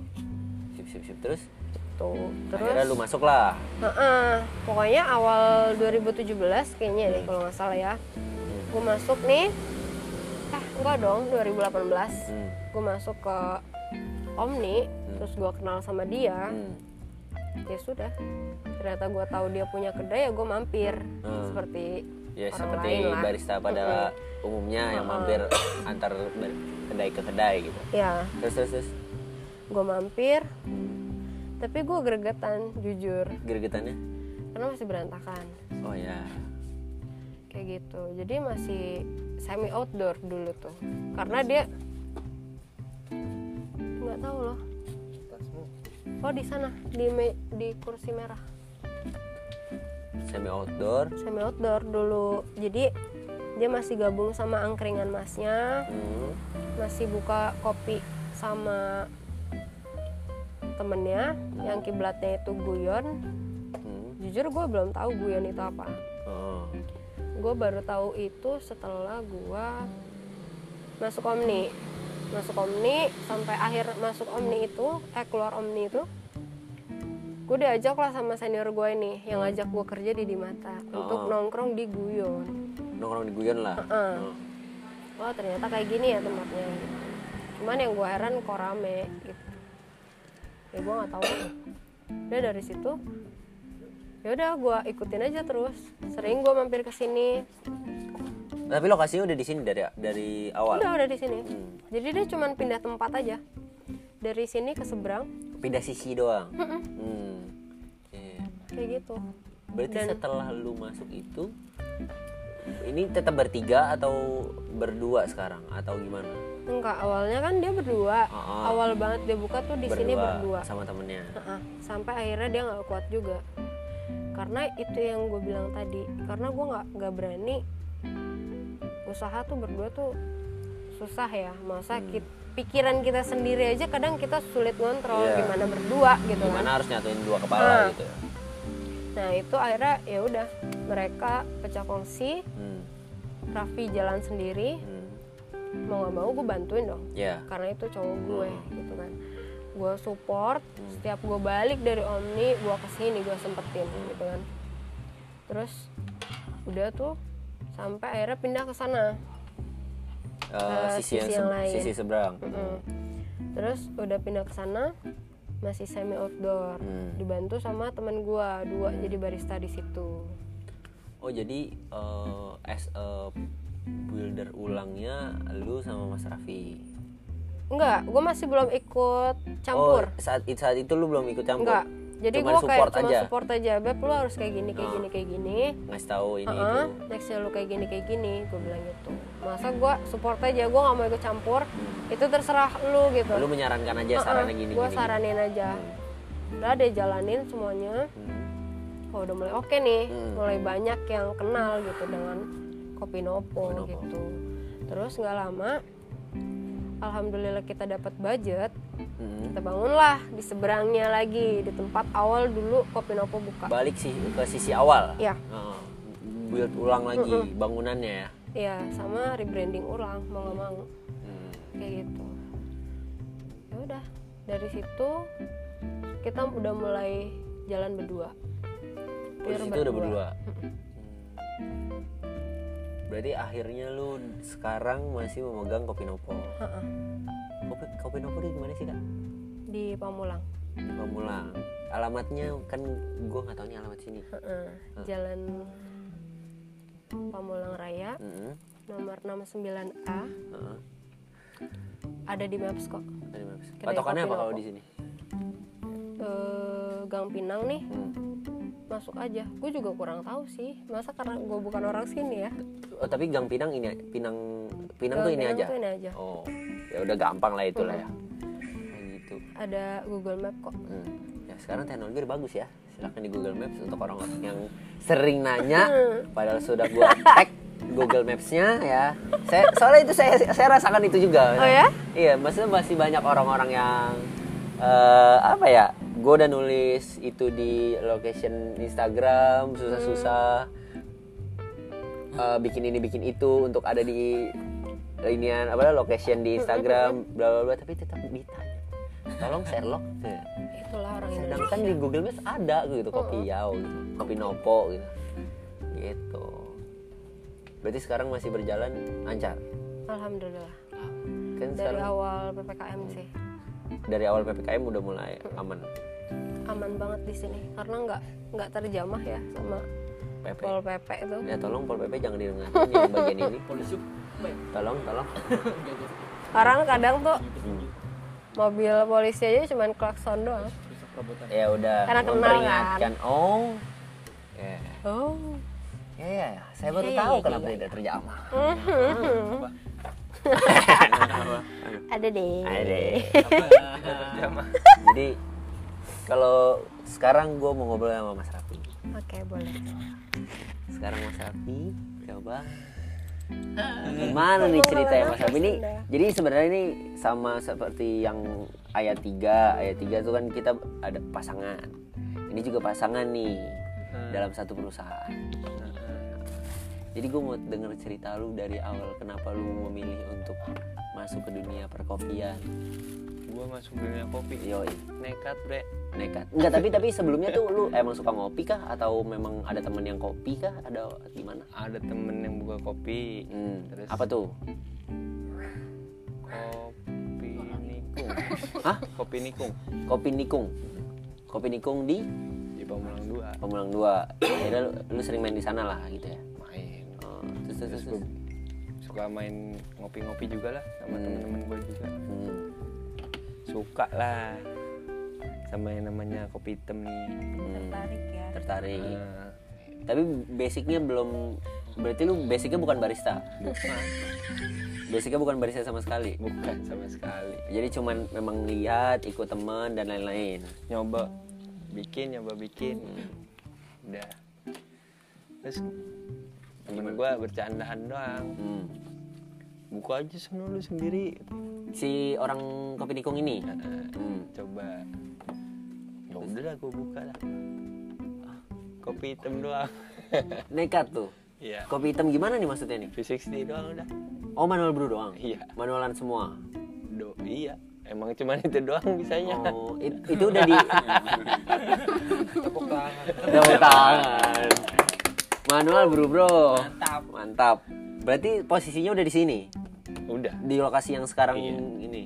A: Sip, sip, sip. Terus,
C: tuh terus
A: akhirnya lu masuk lah.
C: Heeh. pokoknya awal 2017 kayaknya deh kalau nggak salah ya gua masuk nih eh enggak dong 2018
A: Hmm.
C: gua masuk ke Omni terus gua kenal sama dia
A: Hmm.
C: ya sudah ternyata gue tahu dia punya kedai ya gue mampir
A: Hmm.
C: seperti
A: Ya
C: orang
A: seperti
C: lain lah.
A: barista pada umumnya yang
C: Mm-mm.
A: mampir antar ber- kedai ke kedai gitu.
C: ya
A: Terus terus terus
C: gue mampir tapi gue gregetan jujur
A: gergetannya.
C: karena masih berantakan
A: Oh ya.
C: kayak gitu jadi masih semi outdoor dulu tuh karena dia nggak tahu loh
B: Tasmu.
C: oh di sana di me- di kursi merah
A: Semi outdoor.
C: semi outdoor dulu jadi dia masih gabung sama angkringan masnya
A: Hmm.
C: masih buka kopi sama temennya yang kiblatnya itu guyon
A: Hmm.
C: jujur gue belum tahu guyon itu apa
A: Oh.
C: gue baru tahu itu setelah gue masuk omni masuk omni sampai akhir masuk omni itu eh keluar omni itu gue diajak lah sama senior gue ini yang ngajak gue kerja di Dimata
A: Oh.
C: untuk nongkrong di guyon Ah,
A: Nongkrong di guyon lah.
C: Heeh.
A: Oh.
C: wah ternyata kayak gini ya tempatnya cuman yang gue heran kok rame gitu ya gue nggak tahu udah dari situ ya udah gue ikutin aja terus sering gue mampir ke sini
A: Tapi lokasinya udah di sini dari dari awal.
C: udah udah di sini
A: Hmm.
C: jadi dia cuman pindah tempat aja dari sini ke seberang
A: Pindah sisi doang. Hmm. Oke.
C: kayak gitu
A: Berarti
C: Dan-
A: setelah lu masuk itu ini tetap bertiga atau berdua sekarang atau gimana?
C: enggak awalnya kan dia berdua
A: Heeh.
C: awal banget dia buka tuh di sini berdua
A: sama temennya.
C: Heeh. sampai akhirnya dia nggak kuat juga karena itu yang gue bilang tadi karena gue nggak nggak berani usaha tuh berdua tuh susah ya masa
A: Hmm.
C: kit- pikiran kita sendiri aja kadang kita sulit ngontrol
A: Iya.
C: gimana berdua gitu kan
A: Gimana harus nyatuin dua kepala
C: Ah.
A: gitu. ya?
C: nah itu akhirnya ya udah mereka pecah kongsi
A: Hmm.
C: Raffi jalan sendiri
A: Hmm.
C: mau nggak mau gue bantuin dong
A: Ya.
C: karena itu cowok gue gitu kan gue support
A: Hmm.
C: setiap gue balik dari Omni gue kesini gue sempetin gitu kan terus udah tuh sampai akhirnya pindah ke sana
A: Eh,
C: Eh,
A: sisi, yang,
C: sisi yang
A: se-
C: lain.
A: sisi seberang.
C: Mm-mm. Hmm. terus udah pindah ke sana masih semi outdoor
A: Hmm.
C: dibantu sama temen gue dua jadi barista di situ
A: Oh jadi eh as a builder ulangnya lu sama Mas Raffi.
C: enggak gue masih belum ikut campur
A: Oh, saat itu saat itu lu belum ikut campur.
C: enggak jadi
A: Cuman
C: gue kayak
A: support
C: cuma
A: aja.
C: support aja beb lu harus kayak gini kayak gini kayak gini
A: Ngasih tahu ini
C: Heeh,
A: itu.
C: nextnya lu kayak gini kayak gini gue bilang gitu masa gue support aja gue nggak mau ikut campur itu terserah lu gitu
A: Hmm. Lu menyarankan aja sarannya gini
C: gue
A: gini. Hmm.
C: saranin aja udah deh jalanin semuanya oh udah mulai oke nih
A: Hmm.
C: mulai banyak yang kenal gitu dengan kopi nopo
A: Kopi Nopo.
C: gitu terus nggak lama alhamdulillah kita dapat budget
A: Hmm.
C: kita bangunlah di seberangnya lagi di tempat awal dulu kopi nopo buka
A: Balik sih ke sisi awal.
C: ya
A: Heeh. build ulang lagi bangunannya ya.
C: ya sama rebranding ulang mau nggak mau
A: Hmm.
C: kayak gitu ya udah dari situ kita udah mulai jalan berdua
A: Oh, di
C: Pure
A: situ udah berdua. Hmm. Berarti akhirnya lu sekarang masih memegang kopi nopo.
C: Ha-ah,
A: Kopi kopi nopo di mana sih kak?
C: di Pamulang
A: Pemulang. Alamatnya kan gua nggak tahu nih alamat sini.
C: Ha-ah, jalan Pamulang Raya
A: Mm-mm.
C: nomor 69A
A: Heeh.
C: ada di Maps kok
A: Dari mana?
C: Kedai
A: Patokannya
C: kopi
A: apa kalau
C: nopo.
A: di sini?
C: Eh, Gang Pinang nih
A: Hmm.
C: masuk aja gue juga kurang tahu sih masa karena gue bukan orang sini ya
A: Oh, tapi Gang Pinang ini Pinang Pinang
C: Gang
A: tuh ini
C: Pinang
A: aja.
C: tuh ini aja.
A: Oh. Ya udah gampang lah itulah ya. Kayak gitu.
C: ada Google Map kok
A: Hmm. Ya sekarang teknologi udah bagus ya. Silahkan di Google Maps untuk orang-orang yang sering nanya
C: Hmm.
A: padahal sudah gua tag Google Maps-nya ya. Saya soalnya itu saya saya rasakan itu juga.
C: Oh ya?
A: Iya, maksudnya masih banyak orang-orang yang eh, apa ya? Gue udah nulis itu di location Instagram susah-susah
C: Hmm.
A: eh, bikin ini bikin itu untuk ada di inian apa location di Instagram bla bla bla tapi tetap ditanya. Tolong Sherlock.
C: Hmm.
A: Ya.
C: itulah orang Indonesia
A: Sedangkan di Google Maps ada gitu
C: Oh,
A: kopi Yao gitu, kopi Nopo gitu. Gitu. Berarti sekarang masih berjalan lancar.
C: alhamdulillah
A: Kan
C: dari
A: sekarang
C: awal ppkm sih
A: dari awal PPKM udah mulai aman.
C: aman banget di sini karena nggak nggak terjamah ya sama
A: PP.
C: pol pp itu
A: Ya tolong Pol PP jangan didengarkan yang bagian ini.
B: polisi baik
A: Tolong, tolong.
C: orang kadang tuh
D: Hmm.
C: mobil polisi aja cuman klakson doang
B: rusak robotan
A: Ya udah.
C: Karena kenal, kan.
A: memperingatkan. Oh. Ya.
C: oh
A: Ya, ya, ya. Saya baru
C: Ya, ya,
A: tahu
C: ya,
A: kenapa
C: ya, ya.
A: tidak terjamah.
C: ada deh
A: Ada.
B: Jamaah.
A: Jadi kalau sekarang gue mau ngobrol sama Mas Rapi.
C: oke boleh
A: Sekarang Mas Rapi coba gimana nih ceritanya Mas Rapi ini? Jadi sebenarnya ini sama seperti yang ayat 3 ayat 3 itu kan kita ada pasangan. Ini juga pasangan nih dalam satu perusahaan. Jadi gue mau denger cerita lu dari awal kenapa lu memilih untuk masuk ke dunia perkopian.
D: gue masuk dunia kopi
A: Yoi.
D: nekat bre
A: nekat enggak tapi tapi sebelumnya tuh lu emang suka ngopi kah atau memang ada temen yang kopi kah ada gimana
D: ada temen yang buka kopi
A: hmm,
D: Terus?
A: apa tuh
D: kopi nikung
A: Hah?
D: kopi nikung
A: kopi nikung kopi nikung di
D: di pamulang dua
A: Pemulang dua akhirnya lu, lu sering main di sana lah gitu ya
D: main
A: Oh, terus terus
D: terus
A: terus
D: gua suka main ngopi-ngopi juga lah
A: Hmm.
D: sama temen-temen gue juga
A: Hmm.
D: suka lah sama yang namanya kopi hitam nih
A: Hmm.
C: tarik ya
A: tertarik
D: Nah,
A: tapi basicnya belum berarti lu basicnya bukan barista
D: bukan
A: basicnya bukan barista sama sekali
D: bukan sama sekali
A: jadi cuman memang lihat ikut teman dan lain-lain
D: nyoba bikin nyoba bikin udah terus temen gue bercandaan doang
A: hmm.
D: buka aja sono lu sendiri
A: si orang kopi nikung ini
D: Nah,
A: hmm.
D: coba ya udah lah gue buka lah Ah, kopi hitam doang
A: nekat tuh
D: iya
A: kopi hitam gimana nih maksudnya nih
D: 360 doang udah
A: oh manual brew doang
D: Iya.
A: manualan semua
D: do iya emang cuman itu doang bisanya
A: oh it- itu udah di
B: tepuk tangan
A: tepuk tangan manual brew bro
B: Mantap.
A: mantap berarti posisinya udah di sini
D: udah
A: di lokasi yang sekarang
D: Iya.
A: ini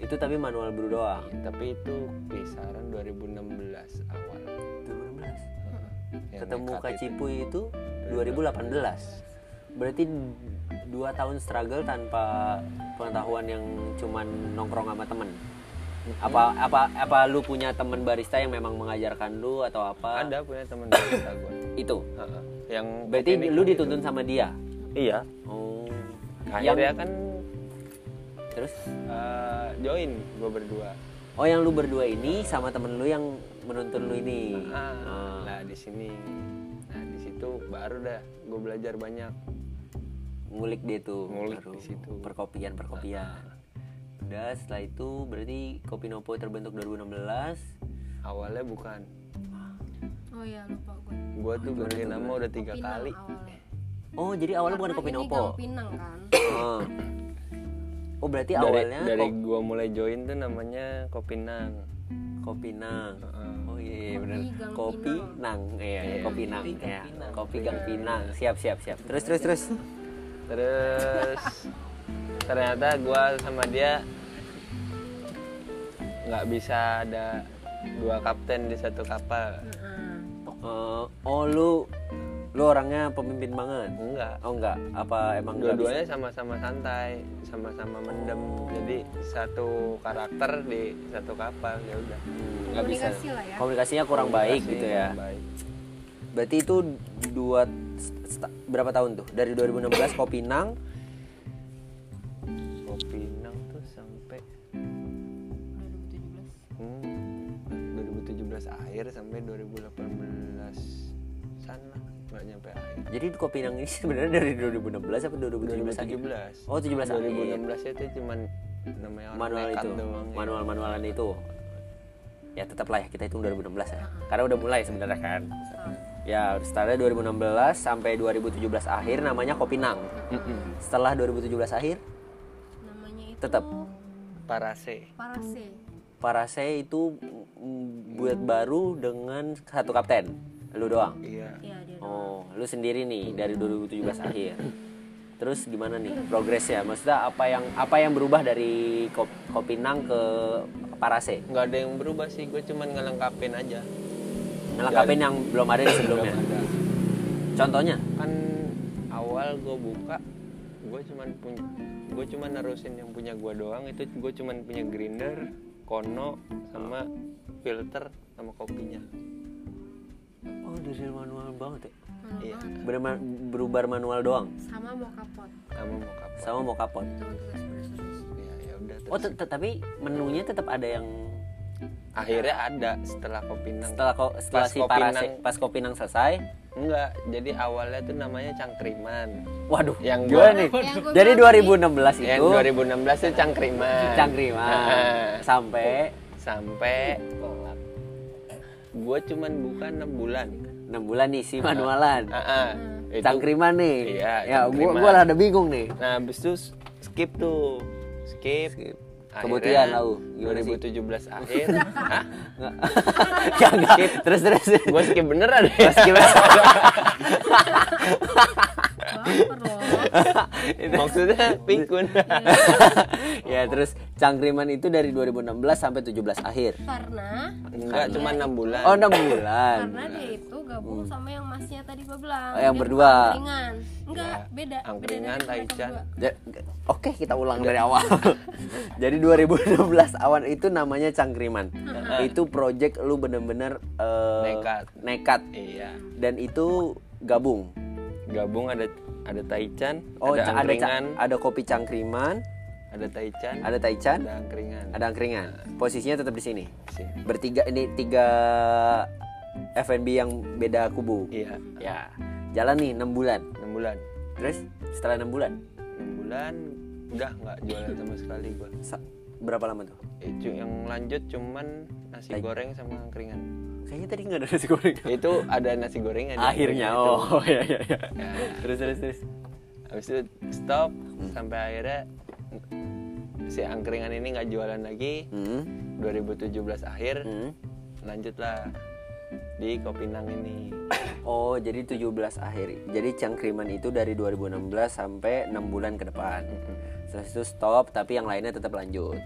A: itu tapi manual brew doang
D: tapi itu kisaran 2016 awal
A: 2016
D: Yang
A: ketemu
D: nekat
A: Kak
D: itu.
A: Cipuy itu 2018 berarti dua tahun struggle tanpa pengetahuan yang cuman nongkrong sama temen apa apa apa lu punya temen barista yang memang mengajarkan lu atau apa
D: ada punya temen barista gue
A: itu
D: yang
A: berarti lu
D: kopi nikung itu.
A: dituntun sama dia
D: iya
A: oh
D: akhirnya kan
A: terus
D: eh, join gue berdua
A: oh yang lu berdua ini sama temen lu yang menuntun lu ini
D: Ah,
A: Ah,
D: nah di sini nah di situ baru dah gue belajar banyak
A: ngulik dia tuh
D: Ngulik di situ. Ah,
A: perkopian perkopian udah setelah itu berarti kopi nopo terbentuk 2016
D: awalnya bukan
E: Oh iya lupa gue.
D: gue tuh ganti nama udah tiga
E: Pinang
D: kali
E: awalnya.
A: oh jadi awalnya bukan
E: Karena
A: kopi
E: ini
A: nopo
E: Gang Pinang kan.
A: Ah. oh berarti
D: dari
A: awalnya
D: dari
A: ko-
D: gue mulai join tuh namanya Kopinang
A: kopi nang
D: Heeh.
A: oh iya iya,
E: Kopi
A: benar
E: Gang
A: kopi
E: Pinang.
A: nang iya iya,
D: Ah, Iya.
A: kopi nang
B: Kopi Gang
A: ya
B: Pinang.
A: kopi gang pinang siap siap siap terus terus terus
D: terus ternyata gue sama dia nggak bisa ada dua kapten di satu kapal
A: Eh, oh lu lu orangnya pemimpin banget
D: enggak
A: oh enggak apa emang enggak
D: dua-duanya sama-sama santai sama-sama mendem jadi satu karakter di satu kapal ya udah nggak bisa
E: Komunikasi lah ya.
A: komunikasinya kurang baik
D: Komunikasi
A: gitu ya
D: kurang baik.
A: berarti itu dua sta- berapa tahun tuh dari 2016 kopi nang
D: Kopinang tuh sampai
E: 2017.
D: hmm, 2017 akhir sampai 2018 sana nggak nyampe akhir
A: jadi kopi nang ini sebenarnya dari 2016 apa 2017 akhir
D: 2017
A: oh 17 akhir
D: 2016 itu cuman namanya orang
A: manual
D: nekat
A: itu
D: doang ya.
A: manual manualan itu ya tetaplah ya kita hitung 2016 ya karena udah mulai sebenarnya kan
E: Nah,
A: ya startnya 2016 sampai 2017 akhir namanya kopi nang setelah 2017 akhir
E: Namanya itu
A: Tetap.
D: parase
E: Parase.
A: Parase itu mm, buat baru dengan satu kapten lu doang
D: iya
E: Iya dia.
A: oh lu sendiri nih dari 2017 akhir Terus gimana nih progresnya? Maksudnya apa yang apa yang berubah dari Kop- Kopinang ke Parase?
D: nggak ada yang berubah sih gue cuman ngelengkapin aja
A: Melengkapin yang belum ada di sebelumnya. Contohnya?
D: kan awal gue buka gue cuman punya gue cuman nerusin yang punya gue doang itu gue cuman punya grinder kono sama filter sama kopinya
A: Oh, dari manual banget ya.
E: Malu
D: Iya.
E: banget.
A: Benar berubah manual doang
E: sama mau kapot
D: sama mau kapal
A: sama mau kapon.
E: itu untuk espresso
D: ya ya udah terus
A: Oh, tet- tet- tapi menunya tetap ada yang
D: akhirnya ada setelah kopinang
A: setelah ko- setelah
D: Pas
A: si
D: Kopinang.
A: Parase pas Kopinang selesai.
D: enggak jadi awalnya tuh namanya cangkriman
A: Waduh,
D: Yang
A: gua
D: gua-
A: nih.
E: Yang gua
A: Jadi
E: bilang
A: 2016
D: yang
A: itu
D: 2016 tuh cangkriman Heeh.
A: Cangkriman sampai
D: sampai gue cuman buka 6 bulan
A: 6 bulan nih si manualan.
D: Heeh. Itu-
A: Cangkriman nih.
D: Iya,
A: ya, gua
D: cangkriman.
A: gua rada bingung nih.
D: nah abis itu skip tuh skip,
A: Skip.
D: Akhirnya
A: Kebutihan lau. Gimana sih?
D: 2017 akhir
A: Nggak. Nggak, nggak. Terus terus.
D: gue skip beneran ya
E: baper loh
D: maksudnya pikun
A: ya terus Cangkriman itu dari 2016 sampai 17 akhir.
E: karena
D: enggak cuma 6 bulan
A: Oh, 6 bulan.
E: karena dia itu gabung sama yang masnya tadi gue bilang
A: Hmm. Oh, yang
E: Dia
A: berdua. Iya.
E: angkringan enggak beda
D: Angkringan,
E: beda dari mereka
D: Taichan.
E: berdua.
A: Ja- Oke, kita ulang dari awal. Jadi 2016 awal itu namanya Cangkriman. Itu project lu bener-bener eh,
D: Nekat.
A: nekat.
D: iya
A: Dan itu gabung.
D: gabung ada ada Taichan
A: Oh,
D: ada
A: ca- ada ca-
D: angkringan ada,
A: ada kopi Cangkriman,
D: Taichan
A: ada Taichan,
D: ada angkringan
A: ada angkringan. Posisinya tetap di sini.
D: Sini.
A: Bertiga ini tiga FNB yang beda kubu.
D: iya
A: Ya. Jalan nih 6 bulan.
D: 6 bulan
A: Terus setelah 6 bulan
D: 6 bulan udah nggak jualan sama sekali gue
A: sa- berapa lama tuh?
D: itu Eh, yang lanjut cuman nasi goreng sama angkringan
A: Kayaknya tadi nggak ada nasi goreng.
D: itu ada nasi gorengan di
A: akhirnya
D: angkringan itu.
A: oh ya ya ya
D: Ya.
A: terus terus terus
D: habis itu stop sampai akhirnya si angkringan ini nggak jualan lagi
A: hmm.
D: 2017 akhir
A: hmm.
D: lanjutlah di Kopinang ini
A: oh jadi 17 akhir jadi cangkriman itu dari 2016 sampai 6 bulan ke depan setelah itu stop tapi yang lainnya tetap lanjut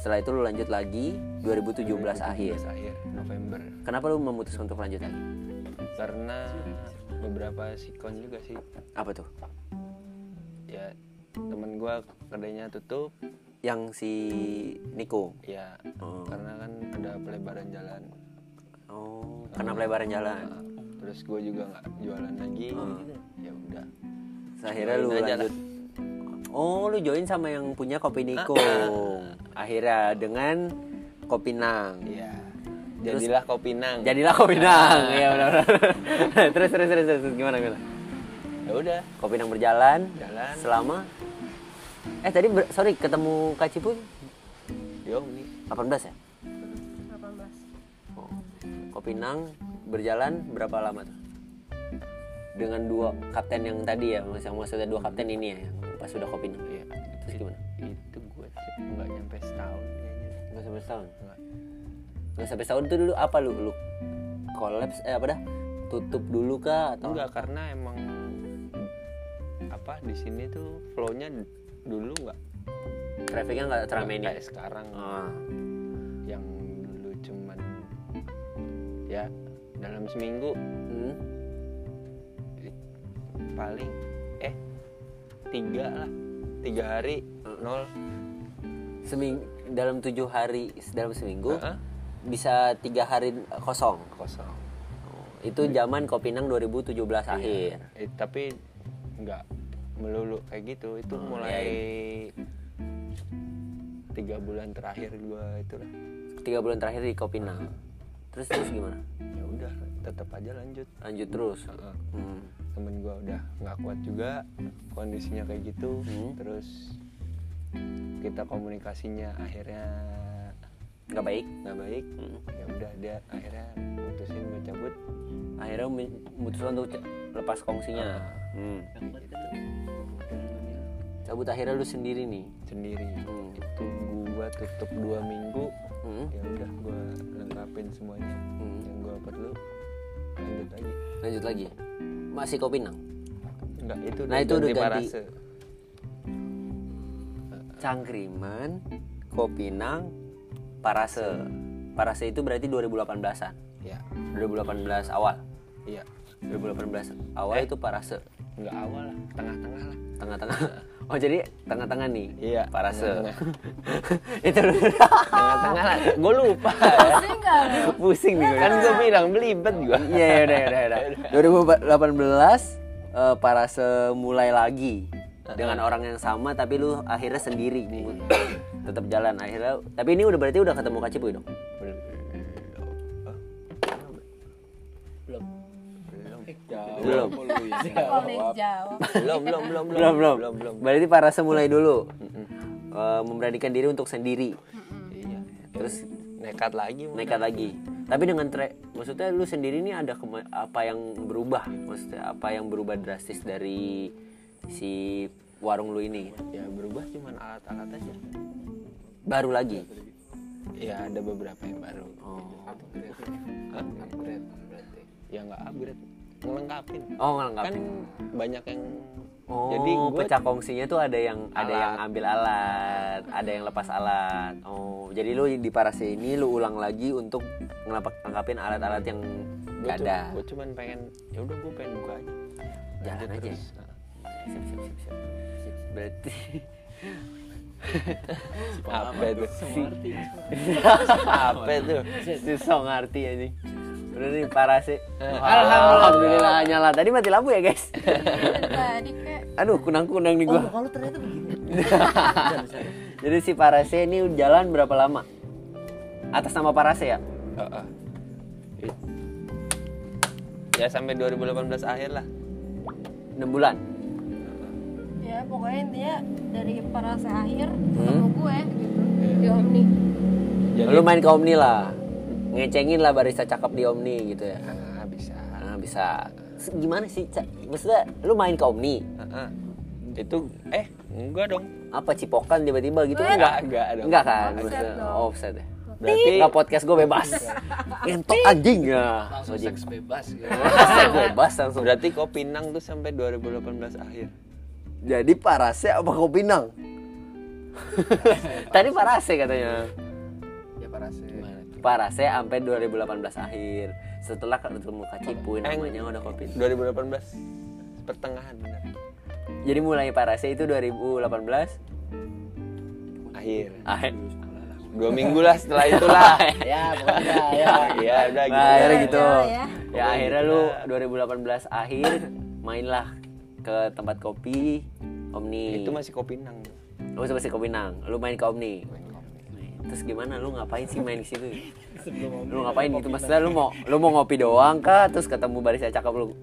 A: setelah itu lu lanjut lagi 2017, akhir
D: 17 akhir November
A: kenapa lu memutuskan untuk lanjut lagi
D: karena beberapa sikon juga sih
A: apa tuh
D: ya temen gua kedainya tutup
A: yang si Niko
D: ya
A: Oh.
D: karena kan ada pelebaran jalan
A: oh karena pelebaran jalan
D: Nah, terus gue juga nggak jualan lagi
A: Terus
D: ya udah
A: Oh. Nah, akhirnya lu
D: Join aja
A: lanjut oh lu join sama yang punya kopi Niko ah. akhirnya dengan Kopinang
D: ya jadilah Kopinang
A: jadilah Kopinang ya benar terus, terus terus terus gimana gimana
D: ya udah
A: Kopinang berjalan
D: Jalan.
A: selama eh tadi ber- sorry ketemu Kak Cipuy
D: yo nih
A: 18 ya
E: 18
A: oh. Kopinang berjalan berapa lama tuh dengan dua kapten yang tadi ya maksud- maksudnya dua kapten ini ya yang pas sudah Kopinang
D: Iya.
A: terus gimana
D: itu gue nggak nyampe setahun kayaknya
A: nggak sampai setahun
D: Nggak.
A: nggak sampai setahun tuh dulu apa lu lu kolaps eh apa dah tutup dulu kah atau
D: enggak karena emang apa di sini tuh flownya d- dulu nggak
A: trafficnya nggak ya? teramai ini
D: kayak sekarang
A: Oh. Ah.
D: yang dulu cuman ya dalam seminggu
A: Hmm.
D: paling eh tiga lah tiga hari
A: Hmm.
D: nol
A: seming dalam tujuh hari dalam seminggu
D: Heeh.
A: bisa tiga hari kosong
D: kosong
A: itu zaman Kopinang 2017 akhir
D: Eh, tapi nggak melulu kayak gitu itu
A: Hmm, iya,
D: mulai tiga bulan terakhir gua itu lah
A: tiga bulan terakhir di Kopinang terus terus gimana
D: ya udah tetap aja lanjut
A: lanjut terus
D: Heeh.
A: Hmm.
D: temen gua udah nggak kuat juga kondisinya kayak gitu
A: Hmm.
D: terus kita komunikasinya akhirnya
A: nggak baik
D: nggak baik
A: Hmm.
D: ya udah dia akhirnya mutusin gua cabut
A: akhirnya memutuskan untuk c- lepas kongsinya Hmm. cabut akhirnya lu sendiri nih
D: sendiri
A: Hmm.
D: itu gua tutup dua minggu
A: Hmm.
D: ya udah gua lengkapin semuanya
A: Hmm.
D: yang gua perlu lanjut lagi
A: lanjut lagi masih Kopinang
D: enggak itu
A: Nah, itu udah ganti.
D: parase
A: Cangkriman, Kopinang, Parase. Parase itu berarti 2018-an.
D: ya
A: 2018 awal.
D: iya
A: 2018 awal
D: Eh?
A: itu Parase.
D: nggak awal lah tengah-tengah lah
A: Tengah-tengah. Oh, jadi tengah-tengah nih.
D: Iya,
A: Parase.
D: tengah-tengah.
A: itu
D: tengah-tengah lah gue lupa
C: Pusing nggak lu?
A: pusing nih gue.
D: kan gue bilang belibet gue
A: Iya, ya udah, udah, udah. 2018 eh, Parase mulai lagi dengan orang yang sama tapi lu akhirnya sendiri
D: Iya.
A: tetap jalan akhirnya tapi ini udah berarti udah ketemu Kacipuy dong
D: belum
F: belum
D: Eh,
A: Belum.
F: Jauh, lu ya.
D: Iya.
C: Kalau udah dijawab.
D: belum belum belum
A: belum belum
D: belum belum
A: berarti Parase mulai dulu Eh, memberanikan diri untuk sendiri
D: iya
A: terus
D: nekat lagi Bun.
A: nekat lagi tapi dengan tre maksudnya lu sendiri ini ada kema- apa yang berubah maksudnya apa yang berubah drastis dari si warung lu ini
D: ya berubah cuman alat-alat aja
A: baru lagi Oh.
D: ya ada beberapa yang baru
F: Upgrade. Upgrade berarti.
D: ya nggak upgrade ngelengkapin
A: oh ngelengkapin
D: kan banyak yang
A: oh
D: jadi gue
A: pecah kongsinya tuh ada yang ada
D: Alat.
A: yang ambil alat ada yang lepas alat oh jadi lu di parase ini lu ulang lagi untuk ngelapak ngangkapin alat-alat yang
D: gue
A: gak ada
D: gue cuman pengen ya udah gue pengen buka aja
A: Jalan
D: Lanjut
A: aja ya?
D: terus. Nah,
A: Siap, siap, siap, siap. berarti
D: apa itu
F: Semerti.
D: apa itu
A: si song arti ini udah nih parase
D: Alhamdulillah.
A: alhamdulillah nyala tadi mati lampu ya guys
C: Dari Tadi kayak
A: aduh kunang kunang nih gua
F: Kalau ternyata begini.
A: jadi si parase ini jalan berapa lama atas nama parase ya
D: Heeh. It- ah. ya sampai 2018 akhir lah
A: 6 bulan
C: ya pokoknya intinya dari para akhir
A: Hmm.
C: ketemu gue gitu.
A: Iya.
C: Di Omni.
D: jadi
A: lu main ke Omni lah ngecengin lah barista cakep di Omni gitu ya
D: ah, bisa
A: nah, bisa Se- gimana sih Ca? maksudnya lu main ke Omni
D: Heeh. Ah, itu eh enggak dong
A: apa cipokan tiba-tiba gitu
C: Eh,
A: enggak
D: enggak dong.
A: enggak kan
C: Offset
A: Maksudnya,
C: dong.
A: offset ya
D: berarti
A: Enggak podcast gue bebas Ngentot anjing ya
F: Langsung
A: Anjing.
F: seks bebas gitu.
A: Offset bebas langsung
D: berarti Kopinang tuh sampai 2018 akhir
A: Jadi parase apa Kopinang? Tadi parase katanya.
F: Ya parase.
A: Parase sampai 2018 akhir. Setelah ketemu Kacipuy
D: Eng.
A: namanya udah Kopinang.
D: 2018 pertengahan benar
A: Jadi mulai parase itu 2018
D: akhir
A: akhir.
D: dua minggu lah setelah itulah
F: Ya, pokoknya ya.
D: ya ya udah
A: Nah,
D: gitu
A: akhirnya gitu.
C: Ya,
A: Ya akhirnya lu 2018 akhir mainlah ke tempat kopi Omni.
D: itu masih Kopinang
A: Lu masih Kopinang. Lu main ke Omni. Terus gimana lu ngapain sih main di situ? lu ngapain gitu maksudnya lu mau lu mau ngopi doang kah terus ketemu barista cakep lu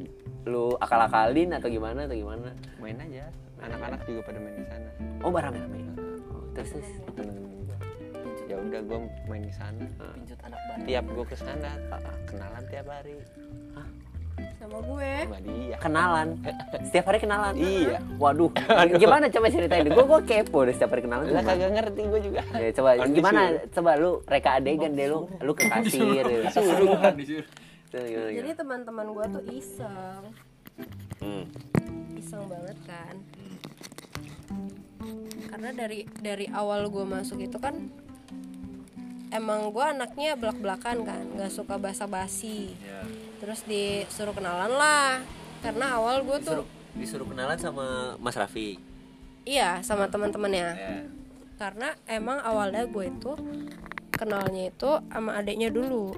A: lu akal-akalin atau gimana atau gimana
D: main aja anak-anak juga pada main di sana
A: oh barang rame terus terus
D: temen-temen gua. ya udah gue main di sana
F: Pinjut anak baru.
D: tiap gue ke sana kenalan tiap hari
C: sama gue.
D: sama dia
A: kenalan setiap hari kenalan
D: Iya.
A: waduh gimana coba ceritain gue gue kepo deh setiap hari kenalan tuh
D: lah kan
A: gimana?
D: kagak ngerti gue juga
A: Ya, coba
D: Kan
A: gimana
D: disuruh.
A: coba lu reka adegan deh lu lu ke kasir ya.
F: Bukan disuruh.
A: Terus gimana,
C: Jadi
A: gimana?
C: teman-teman gue tuh iseng,
A: Hmm.
C: iseng banget kan. Karena dari dari awal gue masuk itu kan emang gue anaknya belak-belakan kan, nggak suka basa-basi.
A: Iya.
C: Terus disuruh kenalan lah, karena awal gue tuh
A: Disuruh, disuruh kenalan sama Mas Raffi
C: iya sama teman-temannya.
F: Iya.
A: ya.
C: Karena emang awalnya gue itu kenalnya itu sama adiknya dulu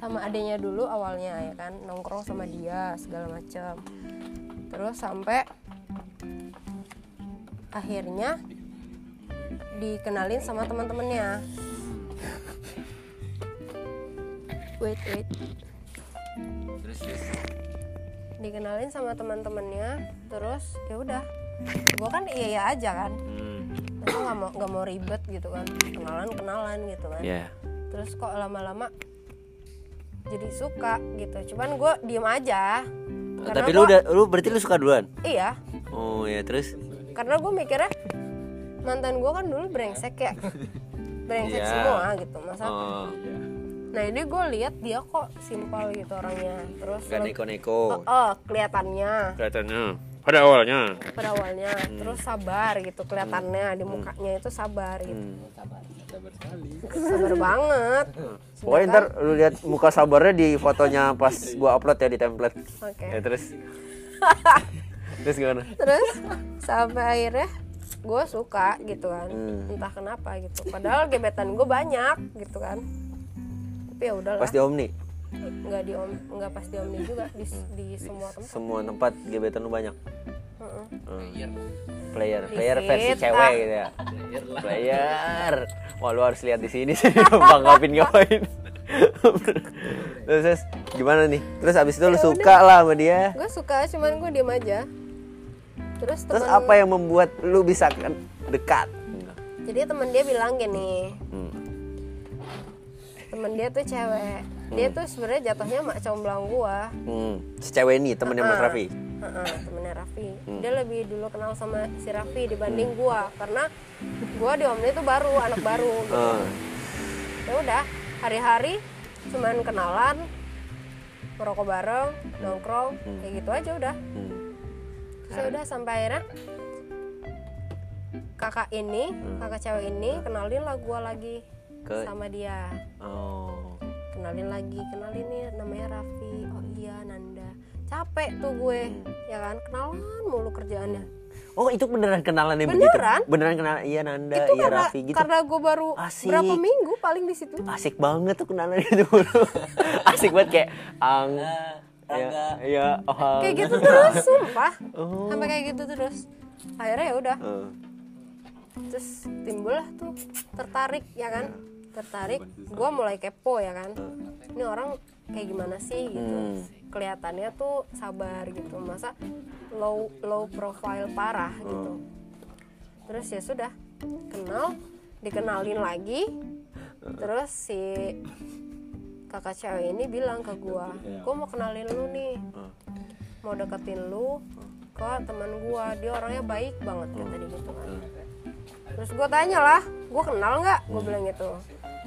C: sama adiknya dulu awalnya ya kan nongkrong sama dia segala macam terus sampai akhirnya dikenalin sama teman-temannya wait wait dikenalin sama teman-temannya terus ya udah gue kan iya iya aja kan gue nggak mau nggak mau ribet gitu kan kenalan kenalan gitu kan
A: ya
C: terus kok lama-lama jadi suka gitu cuman gue diem aja Karena
A: tapi lu
C: gua-
A: udah Eh, lu berarti lu suka duluan
C: iya
A: oh ya terus
C: karena gue mikirnya mantan gue kan dulu brengsek ya brengsek
A: Iya.
C: semua gitu masa
A: oh
C: nah ini gue lihat dia kok simpel gitu orangnya terus
A: gak
C: leb-
A: neko-neko
C: Oh, oh, kelihatannya
A: kelihatannya
D: pada awalnya
C: pada awalnya
A: Hmm.
C: terus sabar gitu kelihatannya di mukanya itu sabar gitu
D: Hmm.
C: sabar banget
A: Pokoknya ntar lu lihat muka sabarnya di fotonya pas gua upload ya di template.
C: Oke.
A: Ya terus. terus gimana?
C: terus sampai akhirnya gue suka gitu kan
A: Hmm.
C: entah kenapa gitu padahal gebetan gue banyak gitu kan tapi ya udahlah
A: Pas di Omni,
C: nggak di om nggak pas di omni juga di,
A: Hmm.
C: di semua tempat
A: semua tempat gebetan lu banyak. Hmm.
C: Heeh.
A: Player, player
C: Dikit,
A: versi
C: Pak.
A: cewek gitu ya. Player. Wah, lu harus lihat di sini sih Bang Gavin ngapain. terus, terus gimana nih? Terus abis
C: Ya
A: itu lu suka lah sama dia.
C: gue suka cuman gue diem aja terus temen,
A: Terus apa yang membuat lu bisa kan dekat?
C: jadi temen dia bilang gini temen dia tuh cewek dia tuh sebenarnya jatuhnya mak comblang gue
A: Hmm, si cewek ini temennya Mas
C: Ah.
A: Raffi.
C: Heeh, temennya Raffi dia lebih dulu kenal sama si Raffi dibanding gua karena gua di Omni tuh baru anak baru gitu.
A: Ah.
C: ya udah hari-hari cuman kenalan ngerokok bareng nongkrong kayak gitu aja udah
A: Hmm.
C: terus ya udah sampai akhirnya kakak ini kakak cewek ini kenalin lah gua lagi
A: Hmm. Ke-
C: sama dia
A: Oh.
C: kenalin lagi kenalin nih namanya Raffi oh iya Nanda capek tuh gue
A: Hmm.
C: ya kan kenalan mulu kerjaannya
A: Oh itu beneran kenalan yang
C: Beneran?
A: begitu? Beneran kenalan? Iya Nanda,
C: itu
A: iya
C: karena
A: Raffi gitu.
C: karena gue baru
A: Asik.
C: berapa minggu paling di situ
A: Asik banget tuh kenalan itu bro. Asik banget kayak ang. Iya, iya, oh.
C: kayak gitu terus sumpah
A: Oh.
C: sampai kayak gitu terus akhirnya ya udah
A: Eh,
C: terus timbul lah tuh tertarik ya kan tertarik gue mulai kepo ya kan ini orang kayak gimana sih gitu
A: Hmm.
C: kelihatannya tuh sabar gitu masa low low profile parah gitu terus ya sudah kenal dikenalin lagi terus si kakak cewek ini bilang ke gua gua mau kenalin lu nih mau deketin lu ke teman gua dia orangnya baik banget kata dia gitu kan terus gua tanya lah gua kenal nggak gua bilang gitu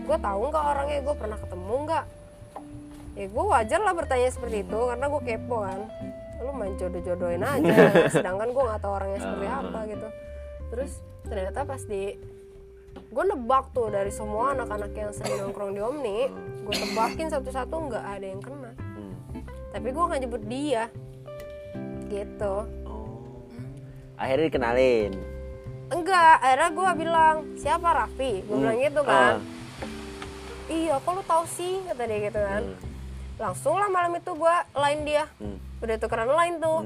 C: gua tahu nggak orangnya gua pernah ketemu nggak ya gua wajar lah bertanya seperti itu karena gua kepo kan lu main jodoh-jodohin aja ya. sedangkan gua nggak tahu orangnya seperti apa gitu terus ternyata pas di gue nebak tuh dari semua anak-anak yang sering nongkrong di Omni gue tebakin satu-satu nggak ada yang kena tapi gue nggak nyebut dia gitu
A: oh. Akhirnya dikenalin.
C: enggak akhirnya gue bilang siapa Raffi gue bilang gitu
A: Ah.
C: kan iya kok lu tahu sih kata dia gitu kan
A: Hmm.
C: langsung lah malam itu gue lain dia udah tukeran lain tuh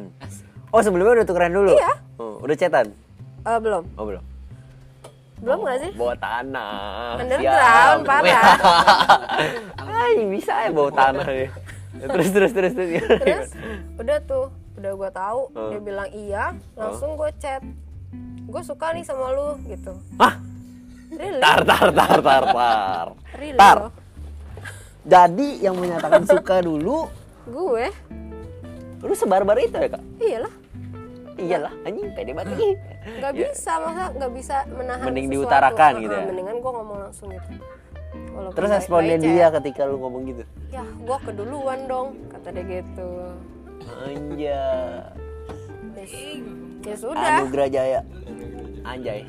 A: Oh sebelumnya udah tukeran dulu?
C: Iya.
A: Oh, udah cetan?
C: Eh, belum
A: Oh belum.
C: belum nggak sih
A: Bawa tanah.
C: Underground,
A: Siap.
C: parah.
A: Ay, bisa ya bawa tanah ya. Terus terus terus terus.
C: terus udah tuh udah gue tahu
A: Ah.
C: dia bilang iya langsung gue chat gue suka nih sama lu gitu
A: Hah?
C: really
A: Tar tar tar tar tar.
C: really
A: Tar.
C: loh.
A: Jadi yang menyatakan suka dulu,
C: gue
A: lu sebar-bar itu ya kak?
C: iyalah Iya.
A: Iyalah, anjing pede banget ih.
C: nggak
A: Ya,
C: bisa masa nggak bisa menahan
A: Mending
C: sesuatu.
A: diutarakan
C: Ah,
A: gitu ya?
C: mendingan gue ngomong langsung gitu Walaupun
A: Terus
C: baik-baik
A: responnya
C: ya.
A: dia Iya, ketika lu ngomong gitu,
C: ya gue keduluan dong kata dia gitu
A: anja,
C: Terus, ya sudah
A: anugerah jaya, anjay.